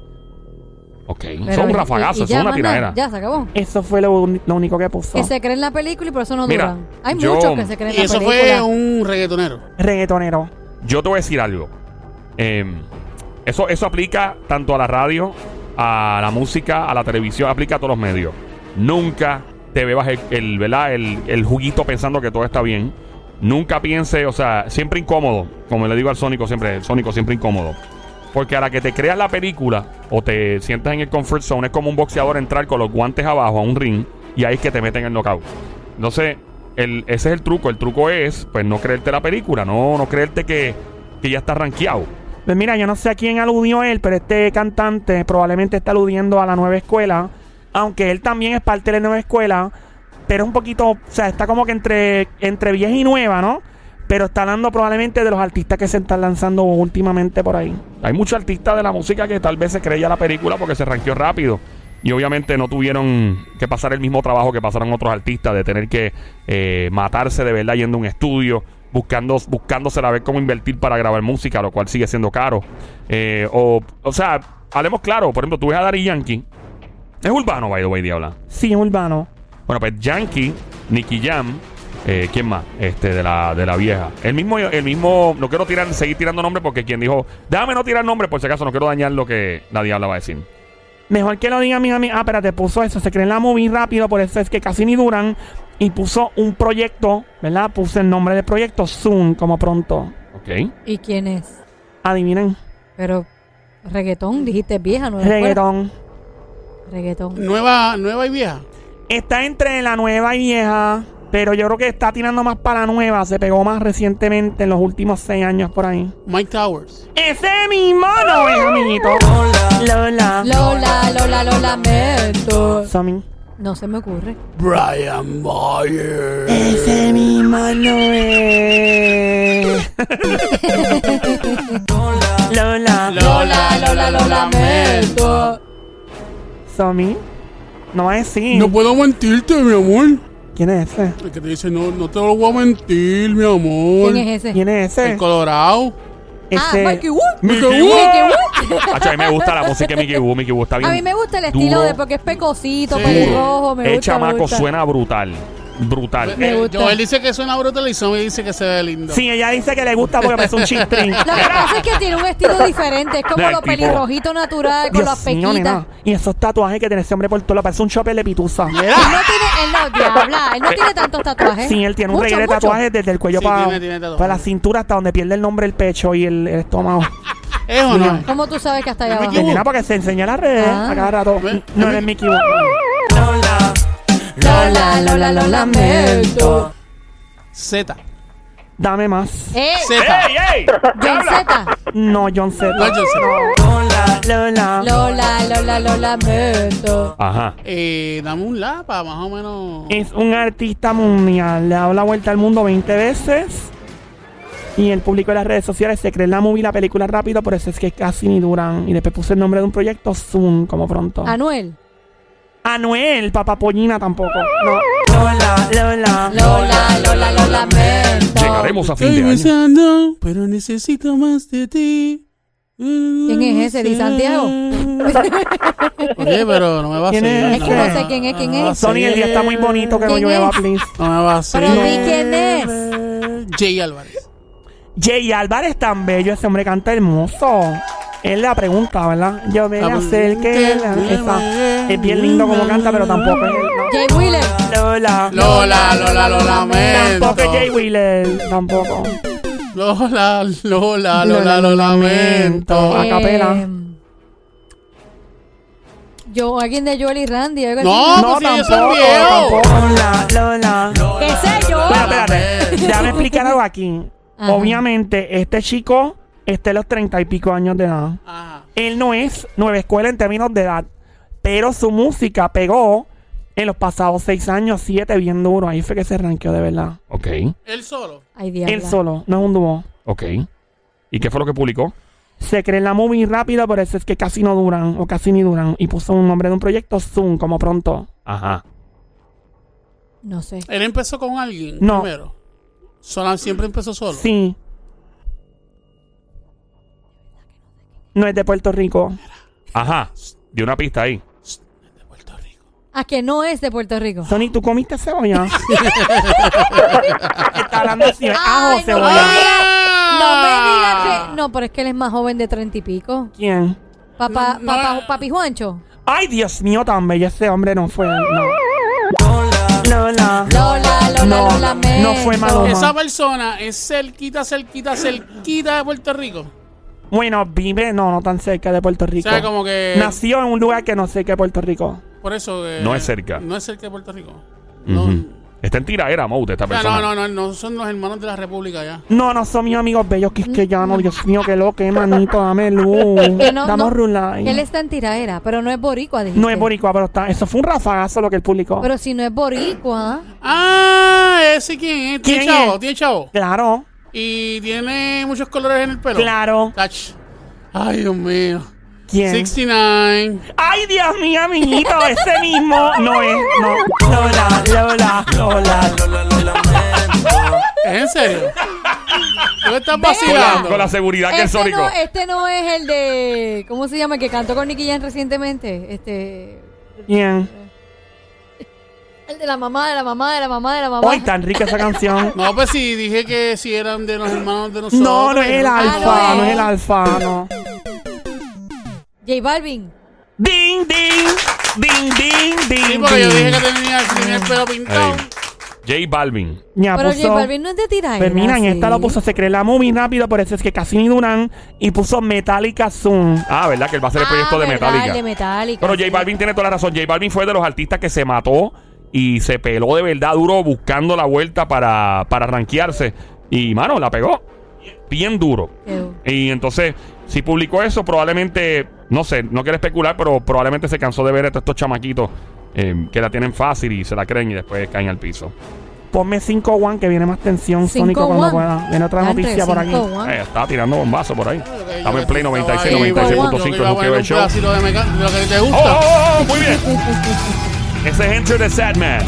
Ok.
Pero-
son
y-
un rafagazo, son
y ya,
una
más nada,
tiradera.
Ya se acabó.
Eso fue lo, uni- lo único que puso.
Que se creen la película y por eso no
Mira,
duran. Hay
yo-
muchos que se creen
Y
la
eso
película.
fue un reggaetonero.
Reggaetonero.
Yo te voy a decir algo. Eh, eso, eso aplica tanto a la radio, a la música, a la televisión, aplica a todos los medios. Nunca te bebas el, el, ¿verdad? el, el juguito pensando que todo está bien. Nunca piense, o sea, siempre incómodo. Como le digo al Sónico siempre, el Sónico siempre incómodo. Porque a la que te creas la película o te sientas en el comfort zone, es como un boxeador entrar con los guantes abajo a un ring y ahí es que te meten el knockout. Entonces, el, ese es el truco. El truco es, pues, no creerte la película, no, no creerte que, que ya está rankeado.
Pues mira, yo no sé a quién aludió él, pero este cantante probablemente está aludiendo a la nueva escuela. Aunque él también es parte de la nueva escuela, pero es un poquito, o sea, está como que entre, entre vieja y nueva, ¿no? Pero está hablando probablemente de los artistas que se están lanzando últimamente por ahí.
Hay muchos artistas de la música que tal vez se creía la película porque se ranqueó rápido. Y obviamente no tuvieron que pasar el mismo trabajo que pasaron otros artistas, de tener que eh, matarse de verdad yendo a un estudio, buscando, buscándose la ver cómo invertir para grabar música, lo cual sigue siendo caro. Eh, o, o sea, hablemos claro, por ejemplo, tú ves a Daddy Yankee. Es urbano, by the way, diabla.
Sí, es urbano.
Bueno, pues Yankee, Nicky Jam, Eh, ¿Quién más? Este, de la, de la vieja. El mismo, el mismo, no quiero tirar, seguir tirando nombres porque quien dijo, déjame no tirar nombres por si acaso, no quiero dañar lo que la diabla va a decir.
Mejor que lo diga mi amiga. Ah, espérate, puso eso. Se creen la movie rápido, por eso es que casi ni duran. Y puso un proyecto, ¿verdad? Puse el nombre del proyecto Zoom, como pronto.
Ok.
¿Y quién es?
Adivinen.
Pero reggaetón, dijiste vieja, no
Reggaetón.
Reggaetón.
Nueva, nueva y vieja.
Está entre la nueva y vieja, pero yo creo que está tirando más para la nueva. Se pegó más recientemente en los últimos seis años por ahí.
Mike Towers.
Ese mismo no es, amiguito. Lola. Lola.
Lola, Lola, lo lamento.
Sammy.
No se me ocurre.
Brian Mayer.
Ese mismo no es. Lola. Lola.
Lola, Lola, lo lamento.
Sammy. No va a decir.
No puedo mentirte, mi amor.
¿Quién es ese?
El que te dice, no, no te lo voy a mentir, mi amor.
¿Quién es ese?
¿Quién es ese? Este,
El Colorado.
Ah,
Ese-
Mikey Wood.
Mickey
Mickey
Wood.
Wood.
Acho, a mí me gusta la música de Mickey Wu. Mickey Wu está bien.
A mí me gusta el estilo
duro,
de porque es pecosito,
Sí.
pelirrojo, me
el
gusta.
chamaco
me gusta.
suena brutal. Brutal.
Me
Eh,
gusta.
Joel dice que suena brutal y Sammy dice que se ve lindo.
Sí, ella dice que le gusta porque parece un chistrín.
Lo que pasa es que tiene un estilo diferente, es como
Del
lo
tipo.
pelirrojito natural, con las
Dios mío,
pequitas.
nena. Y esos tatuajes que tiene ese hombre por todo, lo parece un chopper de pituza.
Él
Mira.
no tiene, él no, diabla, él no tiene tantos tatuajes.
Eh, Sí, él tiene
¿Eh?
un
Mucho,
reguero de
mucho.
tatuajes desde el cuello
Sí,
para,
tiene- tiene tatuajes.
la cintura hasta donde pierde el nombre el pecho y el, el estómago.
Uh.
¿Es o no?
¿Cómo tú sabes que hasta allá
Mickey
abajo?
Pues, nena, porque se enseña en las redes
Ah.
¿eh? a cada rato.
Ve,
No
ve,
eres
ve.
Mickey Mouse.
Lola, Lola, lo lamento.
Z.
Dame más.
Eh,
Z.
¡Ey, ey!
John Z.
No, John Z.
No, yo sé.
Lola.
Lola, Lola, lo lamento.
Ajá.
Eh, dame un la para más o menos.
Es un artista mundial. Le ha dado la vuelta al mundo 20 veces. Y el público de las redes sociales se cree en la movie y la película rápido, por eso es que casi ni duran. Y después puse el nombre de un proyecto, Zoom, como pronto.
Anuel.
Anuel, papá Pollina tampoco. No. Lola, Lola.
Lola, Lola, lo lamento.
Llegaremos a fin
Estoy
de año.
besando, pero necesito más de ti. ¿Quién
es ese, Di Santiago?
Oye, pero no me va a
¿Quién
hacer.
es
no
ese?
me va-
No sé
quién es, quién es.
no me va a
Sony, el día
hacer.
está muy bonito, que no
¿Quién
llueva,
es?
please.
No me va a hacer.
Pero di quién es.
Jay Álvarez.
Jay Álvarez tan bello, ese hombre canta hermoso. Es la pregunta, ¿verdad? Yo me
Ah,
acerqué. la- Esa. Es bien lindo como canta, pero tampoco es él, no.
Jay Wheeler.
Lola.
Lola, Lola, lo lamento.
Tampoco es Jay Wheeler. Tampoco.
Lola, Lola, Lola, lo lamento.
A capela.
Em, Yo, alguien de Joel y Randy. algo así.
No, pues si ellos son viejos.
Lola, Lola.
¿Qué sé yo?
Espérate, espérate. Déjame explicar algo aquí.
Ajá.
Obviamente, este chico está en los treinta y pico años de edad.
Ajá.
Él no es nueva escuela en términos de edad, pero su música pegó en los pasados seis años, siete, bien duro. Ahí fue que se ranqueó de verdad.
Ok,
Él solo.
Ay, diabla.
Él solo, no es un dúo.
ok. ¿Y qué fue lo que publicó?
Se cree en la movie rápida, por eso es que casi no duran, o casi ni duran. Y puso un nombre de un proyecto, Zoom, como pronto.
Ajá.
No sé.
Él empezó con alguien
No.
primero. Sola- siempre empezó solo.
Sí. No es de Puerto Rico.
Ajá. Dio una pista ahí.
De Puerto Rico.
Ah, que no es de Puerto Rico.
Sony, ¿tú comiste cebolla? Está hablando así, ¿ves? ajo,
Ay, no.
cebolla.
¡Ah!
Ah.
No me digas que. No, pero es que él es más joven de treinta y pico.
¿Quién?
Papá,
No, no.
papá, papi Juancho.
Ay, Dios mío, tan bello ese hombre no fue. No. Lola.
Lola, Lola,
No,
lo lamento.
no fue Maluma.
Esa persona es cerquita, cerquita, cerquita de Puerto Rico.
Bueno, vive, no, no tan cerca de Puerto
O
Rico.
sea, como que.
Nació en un lugar que no sé qué Puerto Rico.
Por eso. eh,
No es cerca.
No es cerca de Puerto Rico. No.
Ujú. Está en tiraera, Mout, esta
O sea,
persona.
no, no, no, no son los hermanos de la República ya.
No, no son mis amigos bellos quisqueyanos. Dios mío, qué loco, qué manito, dame luz.
Que no, no.
Damos rulay.
Él está en tiraera, pero no es boricua, dijiste.
No es boricua, pero está. Eso fue un rafagazo lo que él publicó.
Pero si no es boricua,
Ah, ese quién es. Tiene
¿Quién
chavo,
es?
tiene chavo.
claro,
Y tiene muchos colores en el pelo.
claro.
Tach. Ay, Dios mío.
¿Quién?
69.
Ay, Dios mío, amiguito, ese mismo no es. No. Lola, Lola, Lola.
¿Es en serio? ¿Tú
Con la,
estás
con
vacilando?
la seguridad que el
este
Sónico.
no, este no es el de. ¿Cómo se llama? El que cantó con Nicky Jam recientemente. Este.
¿Quién?
el de la mamá, de la mamá, de la mamá, de la mamá.
Hoy tan rica esa canción.
No, pues sí, dije que si eran de los hermanos de nosotros. Ah,
No, no es el alfa,
no
ah, no es
es.
el alfa, no.
J Balvin.
Ding, ding, ding, ding, ding.
Sí, porque yo dije
ding.
que tenía, tenía el pelo pintado.
J Balvin.
Ya
Pero
puso-
J Balvin no es de tirar.
Pues mira, en esta lo puso, se cree la movie rápido, por eso es que Cassini Durán y puso Metallica Zoom.
Ah, ¿verdad? Que él va a hacer el proyecto de Metallica.
de Metallica.
Pero J Balvin tiene toda la razón. J Balvin fue de los artistas que se mató y se peló de verdad duro buscando la vuelta para, para rankearse. Y, mano, la pegó. Bien duro.
Ew.
Y entonces, si publicó eso, probablemente, no sé, no quiero especular, pero probablemente se cansó de ver a todos estos chamaquitos eh, que la tienen fácil y se la creen y después caen al piso.
Ponme 5 1 que viene más tensión, Sónico, cuando
5-1.
pueda. Viene otra
Andre,
noticia por aquí.
5-1.
Eh, está tirando bombazos por
Ah,
ahí. Estamos en Play 96,
ahí,
96.5 en
Yo que iba a
un
poner
Quebec
un
Show.
pedacito de meca- de lo que te
Oh,
gusta.
oh, oh, muy bien. Ese es Enter the Sadman.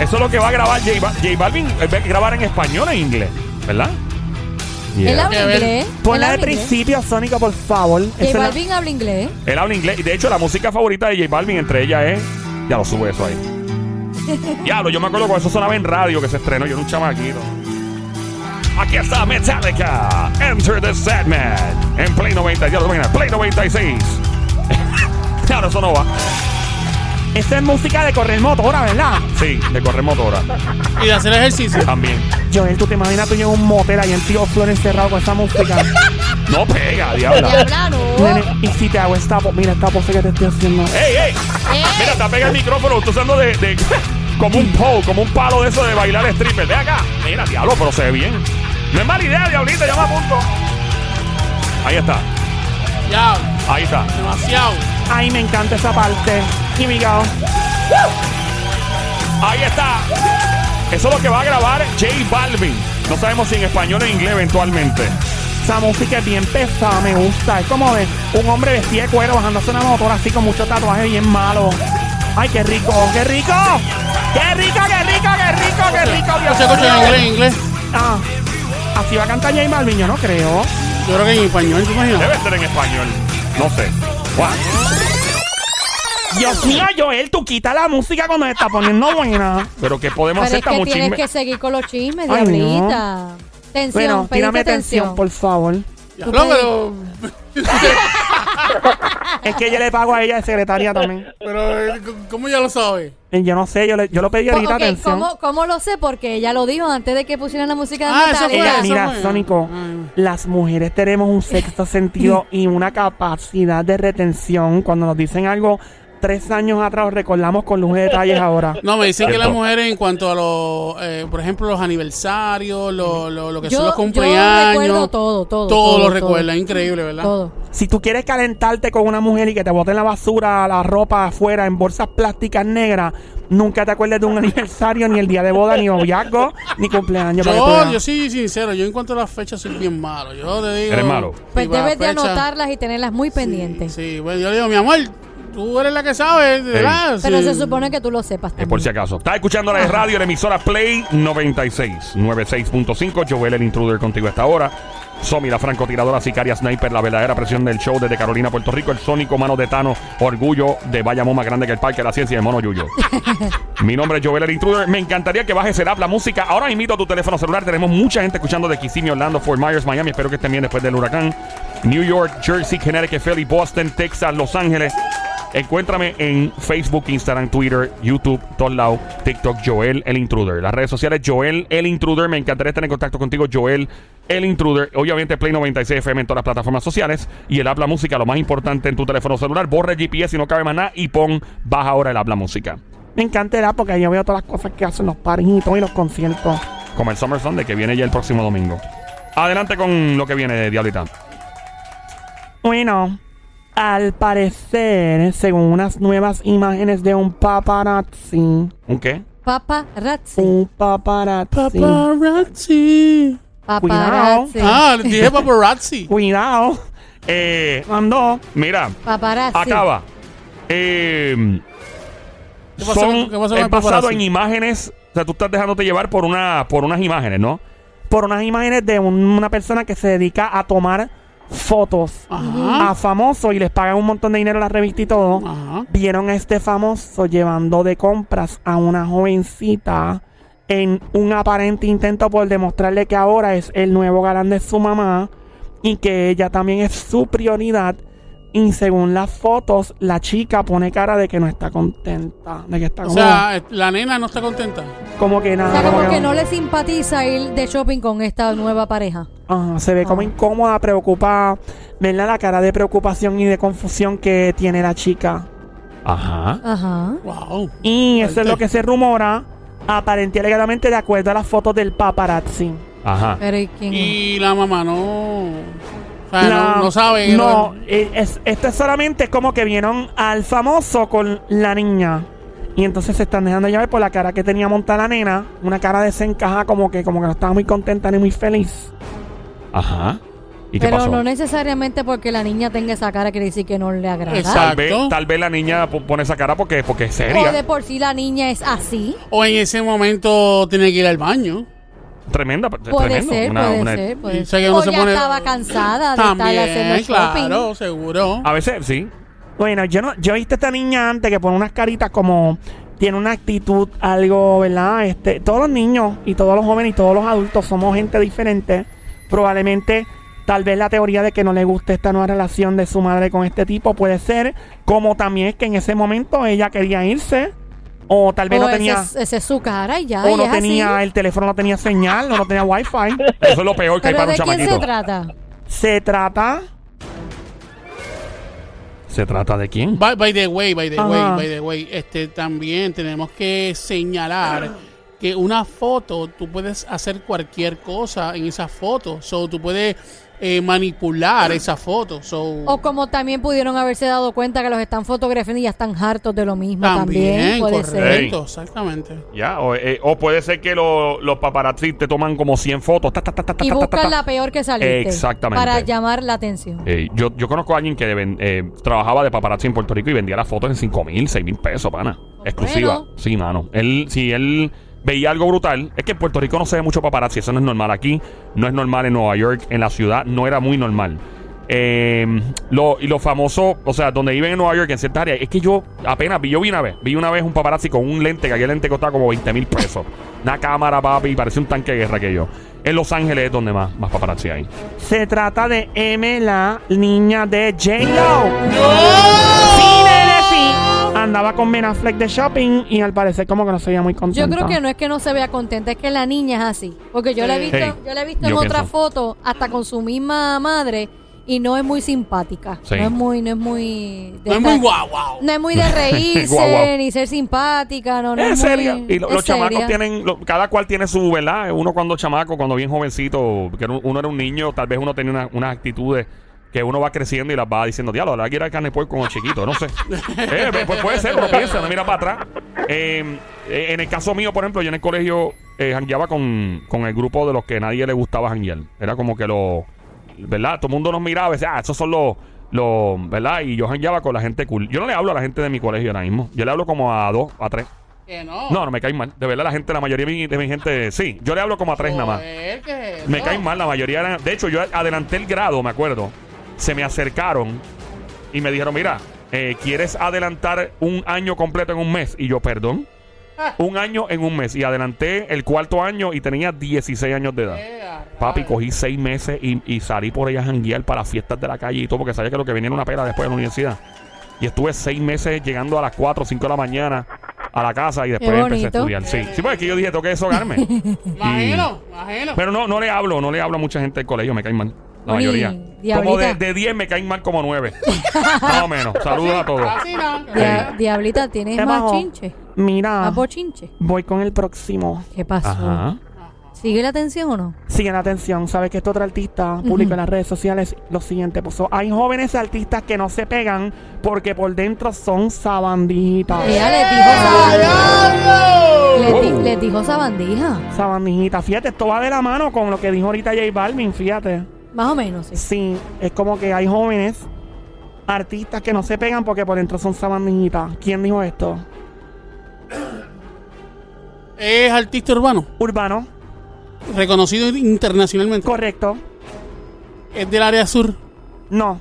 Eso es lo que va a grabar J, Ba- J Balvin. eh, Va a grabar en español e inglés, ¿verdad? Yeah.
Él habla
Que ver.
inglés.
Ponla
él
de
habla inglés.
principio, Sónico, por favor. Esa es
J
la-
Balvin habla inglés.
Él habla inglés. Y de hecho, la música favorita de J Balvin entre ellas es. Ya lo sube eso ahí. Diablo, yo me acuerdo cuando eso sonaba en radio que se estrenó. Yo era un chamaquito. Aquí está Metallica. Enter the Sadman. En Play 90. Ya lo dominan. Play 96. Ahora eso no va.
Esa es música de correr motora, ¿verdad?
Sí, de correr motora. oh.
Y de hacer ejercicio.
También.
Joel, tú te imaginas tú en un motel ahí en Tío Flor encerrado con esa música.
No pega, diabla.
Diabla,
Nene,
no.
y si te hago esta pose, mira esta pose que te estoy haciendo.
¡Ey, ey! Mira, está pega el micrófono. Tú usando de, de- Como un pole, como un palo de eso de bailar stripper. Ve acá. Mira, diablo, pero se ve bien. No es mala idea, diablita. Yo me apunto. Ahí está.
Ya,
Ahí está.
demasiado.
Ay, me encanta esa parte. Y mi gao.
Ahí está. Eso es lo que va a grabar J Balvin. No sabemos si en español o en inglés eventualmente.
Esa música es bien pesada, me gusta. Es como de un hombre vestido de cuero bajándose una motora así con mucho tatuaje bien malo. Ay, qué rico, qué rico. Qué rico, qué rico, qué rico, qué rico,
No
Dios
se escucha en
mío.
inglés, en inglés.
Ah, así va a cantar J Balvin, yo no creo.
Yo creo que en español, ¿te imaginas?
Debe ser en español. No sé. Guau.
Dios mío, Joel, tú quita la música cuando se está poniendo buena.
Pero ¿qué podemos
Pero es
hacer?
que
Estamos
tienes
chisme.
que seguir con los chismes,
Ay, no.
diablita. Tensión,
Bueno,
pediste
tírame atención, por favor.
No, pero,
Es que yo le pago a ella de secretaria también.
pero, eh, ¿cómo ya lo sabes?
Eh, Yo no sé, yo le, yo lo pedí
Po-
ahorita
ok,
atención.
¿cómo, cómo lo sé? Porque ella lo dijo antes de que pusieran la música de
Ah, eso
Metallica.
fue,
Ella,
eso
mira,
fue.
Sónico,
Ay.
las mujeres tenemos un sexto sentido y una capacidad de retención. Cuando nos dicen algo tres años atrás, recordamos con luz de detalles ahora.
No, me dicen que
Cierto.
las mujeres en cuanto a los, eh, por ejemplo, los aniversarios, lo, lo, lo que
Yo-
son los
yo
cumpleaños.
recuerdo todo, todo,
Todo,
todo,
lo
todo.
recuerda, increíble, ¿verdad?
Todo.
Si tú quieres calentarte con una mujer y que te boten la basura, la ropa afuera en bolsas plásticas negras, nunca te acuerdes de un aniversario, ni el día de boda, ni noviazgo, ni cumpleaños. pues, para que tú
Yo,
veas.
yo sí, sincero, yo en cuanto a las fechas soy bien malo. Yo te digo.
Eres malo.
Pues
sí, para
debes de
fecha,
anotarlas y tenerlas muy pendientes.
Sí, bueno, yo le digo, mi amor, tú eres la que sabes, ¿verdad?
Pero
Sí.
se supone que tú lo sepas
Eh,
también.
por si acaso. Está escuchando la de radio, la emisora Play 96, 96.5. Joel, el intruder contigo a esta hora. Somi, la francotiradora, sicaria, sniper, la verdadera presión del show desde Carolina, Puerto Rico. El sónico, mano de Tano, orgullo de Bayamón más grande que el Parque de la Ciencia, el mono Yuyo. Mi nombre es Joel, el intruder. Me encantaría que bajes el app, la música. Ahora invito a tu teléfono celular. Tenemos mucha gente escuchando de Kissimmee, Orlando, Fort Myers, Miami. Espero que estén bien después del huracán. New York, Jersey, Connecticut, Philly, Boston, Texas, Los Ángeles. Encuéntrame en Facebook, Instagram, Twitter, YouTube, todos lados, TikTok, Joel el Intruder. Las redes sociales, Joel el Intruder. Me encantaría estar en contacto contigo, Joel el Intruder. Obviamente, Play 96 FM en todas las plataformas sociales. Y el Habla Música, lo más importante en tu teléfono celular. Borra el GPS si no cabe más nada y pon, baja ahora el Habla Música.
Me encantará porque ahí yo veo todas las cosas que hacen los paritos y los conciertos.
Como el Summer Sunday que viene ya el próximo domingo. Adelante con lo que viene, Diablita.
Bueno, al parecer, según unas nuevas imágenes de un paparazzi,
¿Un qué?
Papa Razzi.
un paparazzi.
Paparazzi.
Paparazzi.
Ah, le dije paparazzi.
Cuidado,
Eh,
mandó.
mira,
Paparazzi.
acaba. Eh,
¿Qué pasó
son
con- qué pasó con
es
el
basado
paparazzi?
en imágenes. O sea, tú estás dejándote llevar por una por unas imágenes, ¿no?
Por unas imágenes de un- una persona que se dedica a tomar fotos a famosos y les pagan un montón de dinero a la revista y todo.
Ajá.
Vieron a este famoso llevando de compras a una jovencita en un aparente intento por demostrarle que ahora es el nuevo galán de su mamá y que ella también es su prioridad. Y según las fotos, la chica pone cara de que no está contenta, de que está
O
como,
sea, eh, la nena no está contenta.
como que nada.
O sea,
como
como
que-
que no le simpatiza ir de shopping con esta nueva pareja.
Ajá, se ve como incómoda, preocupada. ¿Verdad? La cara de preocupación y de confusión que tiene la chica.
Ajá.
Ajá.
Wow.
Y eso es
Fuerte.
lo que se rumora, aparente y alegadamente, de acuerdo a las fotos del paparazzi.
Ajá.
Pero ¿y quién?
Y la mamá no. O sea,
La-
Ah, no, no sabe. que
No, eh, es- esto es solamente como que vieron al famoso con la niña. Y entonces se están dejando llevar por la cara que tenía montada la nena. Una cara desencajada, como que, como que no estaba muy contenta ni muy feliz.
Ajá. ¿Y qué
Pero
pasó?
no necesariamente porque la niña tenga esa cara quiere decir que no le agrada.
Exacto.
Tal vez, tal vez la niña po- pone esa cara porque, porque es seria.
O de por sí la niña es así.
O en ese momento tiene que ir al baño.
Tremenda.
Puede
tremendo.
ser,
Una-
puede
una-
ser, puede
O sea, que
ser.
uno
Pues, O
se
ya
pone-
estaba cansada de estar haciendo
También,
shopping.
claro, seguro.
A veces sí.
Bueno, yo no, yo viste a esta niña antes que pone unas caritas como tiene una actitud algo, ¿verdad? Este, todos los niños y todos los jóvenes y todos los adultos somos gente diferente. Probablemente, tal vez la teoría de que no le guste esta nueva relación de su madre con este tipo puede ser, como también es que en ese momento ella quería irse o tal vez
O
no tenía
ese, ese es ah, su cara y ya.
o
y
no
es
tenía
así.
el teléfono, no tenía señal, o no tenía wifi.
Eso es lo peor que hay
Pero
para
¿de
un
quién
chamaquito.
se trata?
Se trata
¿Se trata de quién?
By, by the way, by the
Ajá.
way, by the way, este también tenemos que señalar que una foto, tú puedes hacer cualquier cosa en esa foto. So, tú puedes eh, manipular esa foto. So,
O como también pudieron haberse dado cuenta que los están fotografiando y ya están hartos de lo mismo también. puede ser.
correcto, exactamente.
Ya, o, eh, o puede ser que lo- los paparazzi te toman como 100 fotos. ta, ta, ta, ta, ta,
Y
ta, ta, ta.
buscan la peor que saliste.
Exactamente.
Para llamar la atención.
Eh, yo, yo conozco a alguien que ven- eh, trabajaba de paparazzi en Puerto Rico y vendía las fotos en 5 mil, 6 mil pesos, pana. Exclusiva.
Bueno.
Sí, mano. Él, si él veía algo brutal, es que en Puerto Rico no se ve mucho paparazzi. Eso no es normal aquí. No es normal en Nueva York. En la ciudad no era muy normal. Eh, lo, y lo famoso, o sea, donde viven en Nueva York, en ciertas áreas, es que yo apenas vi, yo vi una vez, vi una vez un paparazzi con un lente, que aquel lente costaba como 20 mil pesos. una cámara, papi, parecía un tanque de guerra que yo. En Los Ángeles es donde más, más paparazzi hay.
Se trata de M, la niña de J-Lo. Sí, nene, sí. Andaba con Ben Affleck de shopping y al parecer como que no se veía muy
Yo
contenta.
creo que no es que no se vea contenta, es que la niña es así. Porque yo la he visto,
Hey,
yo la he visto en
yo
otra
pienso.
foto, hasta con su misma madre, y no es muy simpática.
Sí.
No es muy, no es muy. de
No es
estar-
muy guau, guau.
No es muy de reírse,
Guau, guau.
ni ser simpática, no, no es,
es seria.
muy-
Y lo-
es
los chamacos
seria.
tienen, lo- cada cual tiene su, ¿verdad? Uno cuando chamaco, cuando bien jovencito, que era un- uno era un niño, tal vez uno tenía una- unas actitudes que uno va creciendo y las va diciendo, diablo, ahora quiero ir al carne de puerco como chiquito, no sé. Eh, pues, pues puede ser, uno piensa, no mira para atrás. Eh, eh, en el caso mío, por ejemplo, yo en el colegio eh, jangueaba con, con el grupo de los que nadie le gustaba janguear. Era como que lo, ¿verdad? Todo el mundo nos miraba y decía, ah, esos son los, los, ¿verdad? Y yo jangueaba con la gente cool. Yo no le hablo a la gente de mi colegio ahora mismo. Yo le hablo como a dos, a tres.
Que no.
No, no me caen mal. De verdad, la gente, la mayoría de mi, de mi gente, sí. Yo le hablo como a tres nada más.
Joder, ¿qué es eso?
Me caen mal, la mayoría eran. De hecho, yo adelanté el grado, me acuerdo. Se me acercaron y me dijeron: Mira, eh, ¿quieres adelantar un año completo en un mes? Y yo, perdón.
Ah.
Un año en un mes. Y adelanté el cuarto año y tenía 16 años de edad.
Eh, arraigo.
Papi, cogí seis meses y, y salí por ahí a janguear para las fiestas de la calle y todo, porque sabía que lo que venía era una pera después de la universidad. Y estuve seis meses llegando a las 4 o 5 de la mañana a la casa y después
Qué
empecé a
bonito.
estudiar. Sí, sí porque es que yo dije, tengo que deshogarme.
Imagino, imagino.
Pero no, no le hablo, no le hablo a mucha gente del colegio, me caen mal. La
Uy,
mayoría. Como
diablita.
de de 10 me caen mal como 9. Más o menos. Saludos a todos.
Así no.
Dia- Diablita, tienes
¿Qué Ah.
más
pasó?
chinche.
Mira,
Más bochinche.
voy con el próximo.
¿Qué pasó?
Ajá.
¿Sigue la atención o no?
Sigan la atención, sabes que este otro artista publicó en las redes sociales lo siguiente, puso, hay jóvenes artistas que no se pegan porque por dentro son sabandijitas.
Ella les Eh, ah, dijo sabandija. Les, di- les dijo sabandija.
Sabandijitas, fíjate, esto va de la mano con lo que dijo ahorita J Balvin, fíjate.
Más o menos, sí.
Sí, es como que hay jóvenes artistas que no se pegan porque por dentro son sabandinitas. ¿Quién dijo esto?
Es artista urbano,
Urbano,
reconocido internacionalmente.
correcto.
Es del área sur.
No,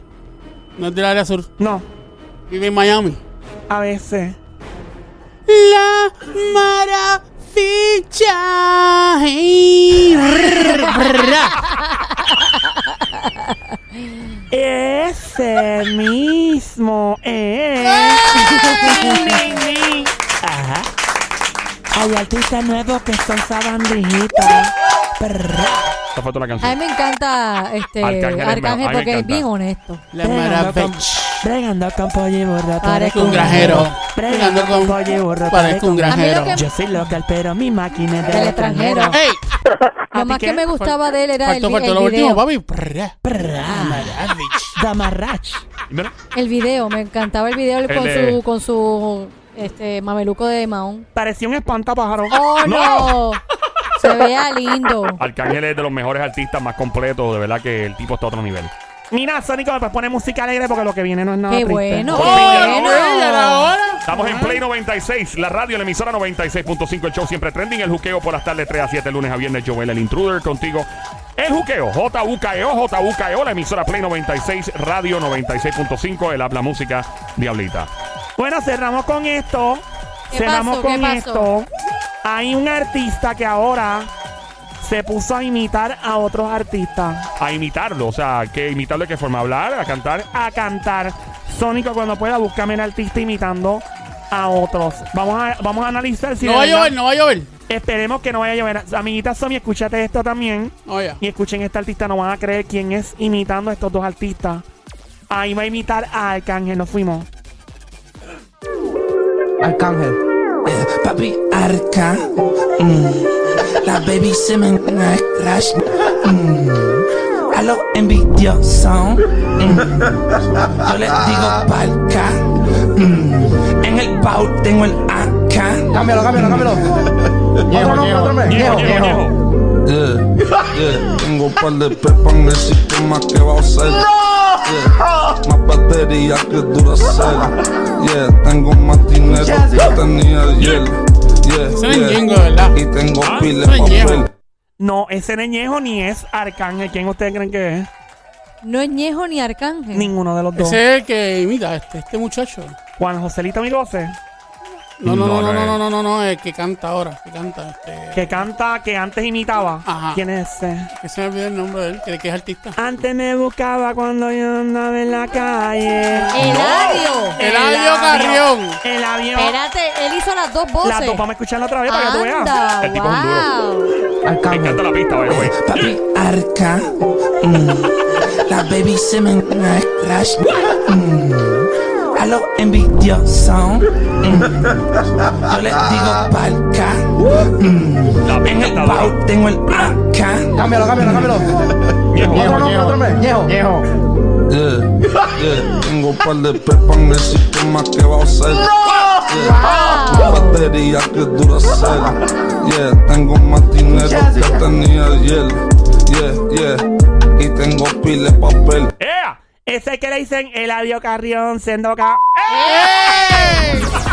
No es del área sur.
no.
Vive en Miami.
A veces.
La maravilla. Ey, brr, brr.
Ese mismo es. Ajá. Hay artistas nuevos que son sabandijitas. Perra.
Esta fue toda la
A
canción.
mí me encanta este
Arcángel
Arcángel,
es mejor, a mí me
porque es
encanta.
bien honesto.
La maravilla.
Bregando con pollo y burro.
Parezco
un granjero.
Bregando con pollo y burro.
Parezco un granjero.
A mí lo que-
Yo soy local, pero mi máquina es del
Del
extranjero.
extranjero.
¡Ey!
Lo más que
qué?
me gustaba de él era el,
Faltó,
vi-
faltó
el
lo último,
video.
papi. Brr.
Perra.
Maravich.
Damarrach.
Mira,
El video, me encantaba el video
El,
con
eh,
su con su este mameluco de Mahón.
Parecía un espantapájaro.
¡Oh, no! Se veía lindo.
Arcángel es de los mejores artistas más completos. De verdad que el tipo está a otro nivel.
Mira, Sónico, pues pone música alegre porque lo que viene no es nada
¡Qué
triste.
bueno! ¡Qué
Oh, ya la
¡Ella la
bueno!
hora!
Estamos en Play 96, la radio, la emisora 96.5, el show siempre trending, el juqueo por las tardes 3 a 7, lunes a viernes, Joel, el intruder contigo. El juqueo, J-U-K-E-O, J-U-K-E-O, E la emisora Play 96, radio 96.5, el habla música, Diablita.
Bueno, cerramos con esto.
¿Qué
Cerramos
pasó? ¿Qué
con
pasó?
esto. Hay un artista que ahora se puso a imitar a otros artistas,
A imitarlo, o sea, que imitarlo de qué forma, hablar, a cantar.
a cantar. Sónico, cuando pueda, búscame el artista imitando a otros. Vamos a, vamos a analizar si.
No
de
va a
verdad-
llover, no va a llover.
Esperemos que no vaya a llover. Amiguita Somi, escúchate esto también.
Oye.
Y escuchen este artista, no van a creer quién es imitando a estos dos artistas. Ahí va a imitar a Arcángel, nos fuimos.
Arcángel.
Eh, Papi arca, mm. la baby se me crash, mm. a los envidiosos, mm. yo les digo palca, mm. en el baúl tengo el acá.
Cámbialo, cámbialo, cámbialo. Otro nombre, otro nombre.
Ñejo,
Ñejo,
ñejo,
ñejo.
ñejo.
Yeah, yeah. Tengo un par de pepas en el sistema que va a usar. Yeah. Más batería que dura Yeah, tengo más dinero que tenía ayer. Yeah,
Ese era el
yeah.
Ñengo, ¿verdad?
Y tengo
Ah,
pile
ese era el Ñengo.
papel.
No, ese neñejo ni es Arcángel. ¿Quién ustedes creen que es?
No es ñejo ni arcángel.
Ninguno de los dos.
Ese es el que imita a este, este muchacho.
Juan Joselito Migose,
No, no,
No,
no, no,
no
no,
es.
no, no, no, el que canta ahora, que canta este.
que canta, que antes imitaba.
Ajá.
¿Quién es ese?
Que se me olvidó el nombre de él, que, que es artista.
Antes me buscaba cuando yo andaba en la calle.
¡Eladio!
Eladio Carrión.
El avión.
Espérate, él hizo las dos voces.
La dos, vamos a escucharla otra vez para que tú veas.
Anda,
El tipo es un duro.
wow.
Me
Arcángel.
encanta la pista, by the way.
Papi arca, mm. la baby se me crash, mm. a los envidiosos, mm. yo les digo palca, mm.
La
en
pista
el
está dura.
baúl tengo el acá.
Cámbialo, cámbialo, cámbialo.
Ñejo.
Otro nombre, otro nombre. Ñejo.
Yeah, yeah. Tengo un par de pepas en el sistema que va a usar. Yeah. Más batería que dura Yeah, tengo más dinero que tenía ayer. Yeah, yeah. Y tengo pile papel.
¡Ea!
Ese que le dicen Eladio Carrión, Sendoca.
¡Ey!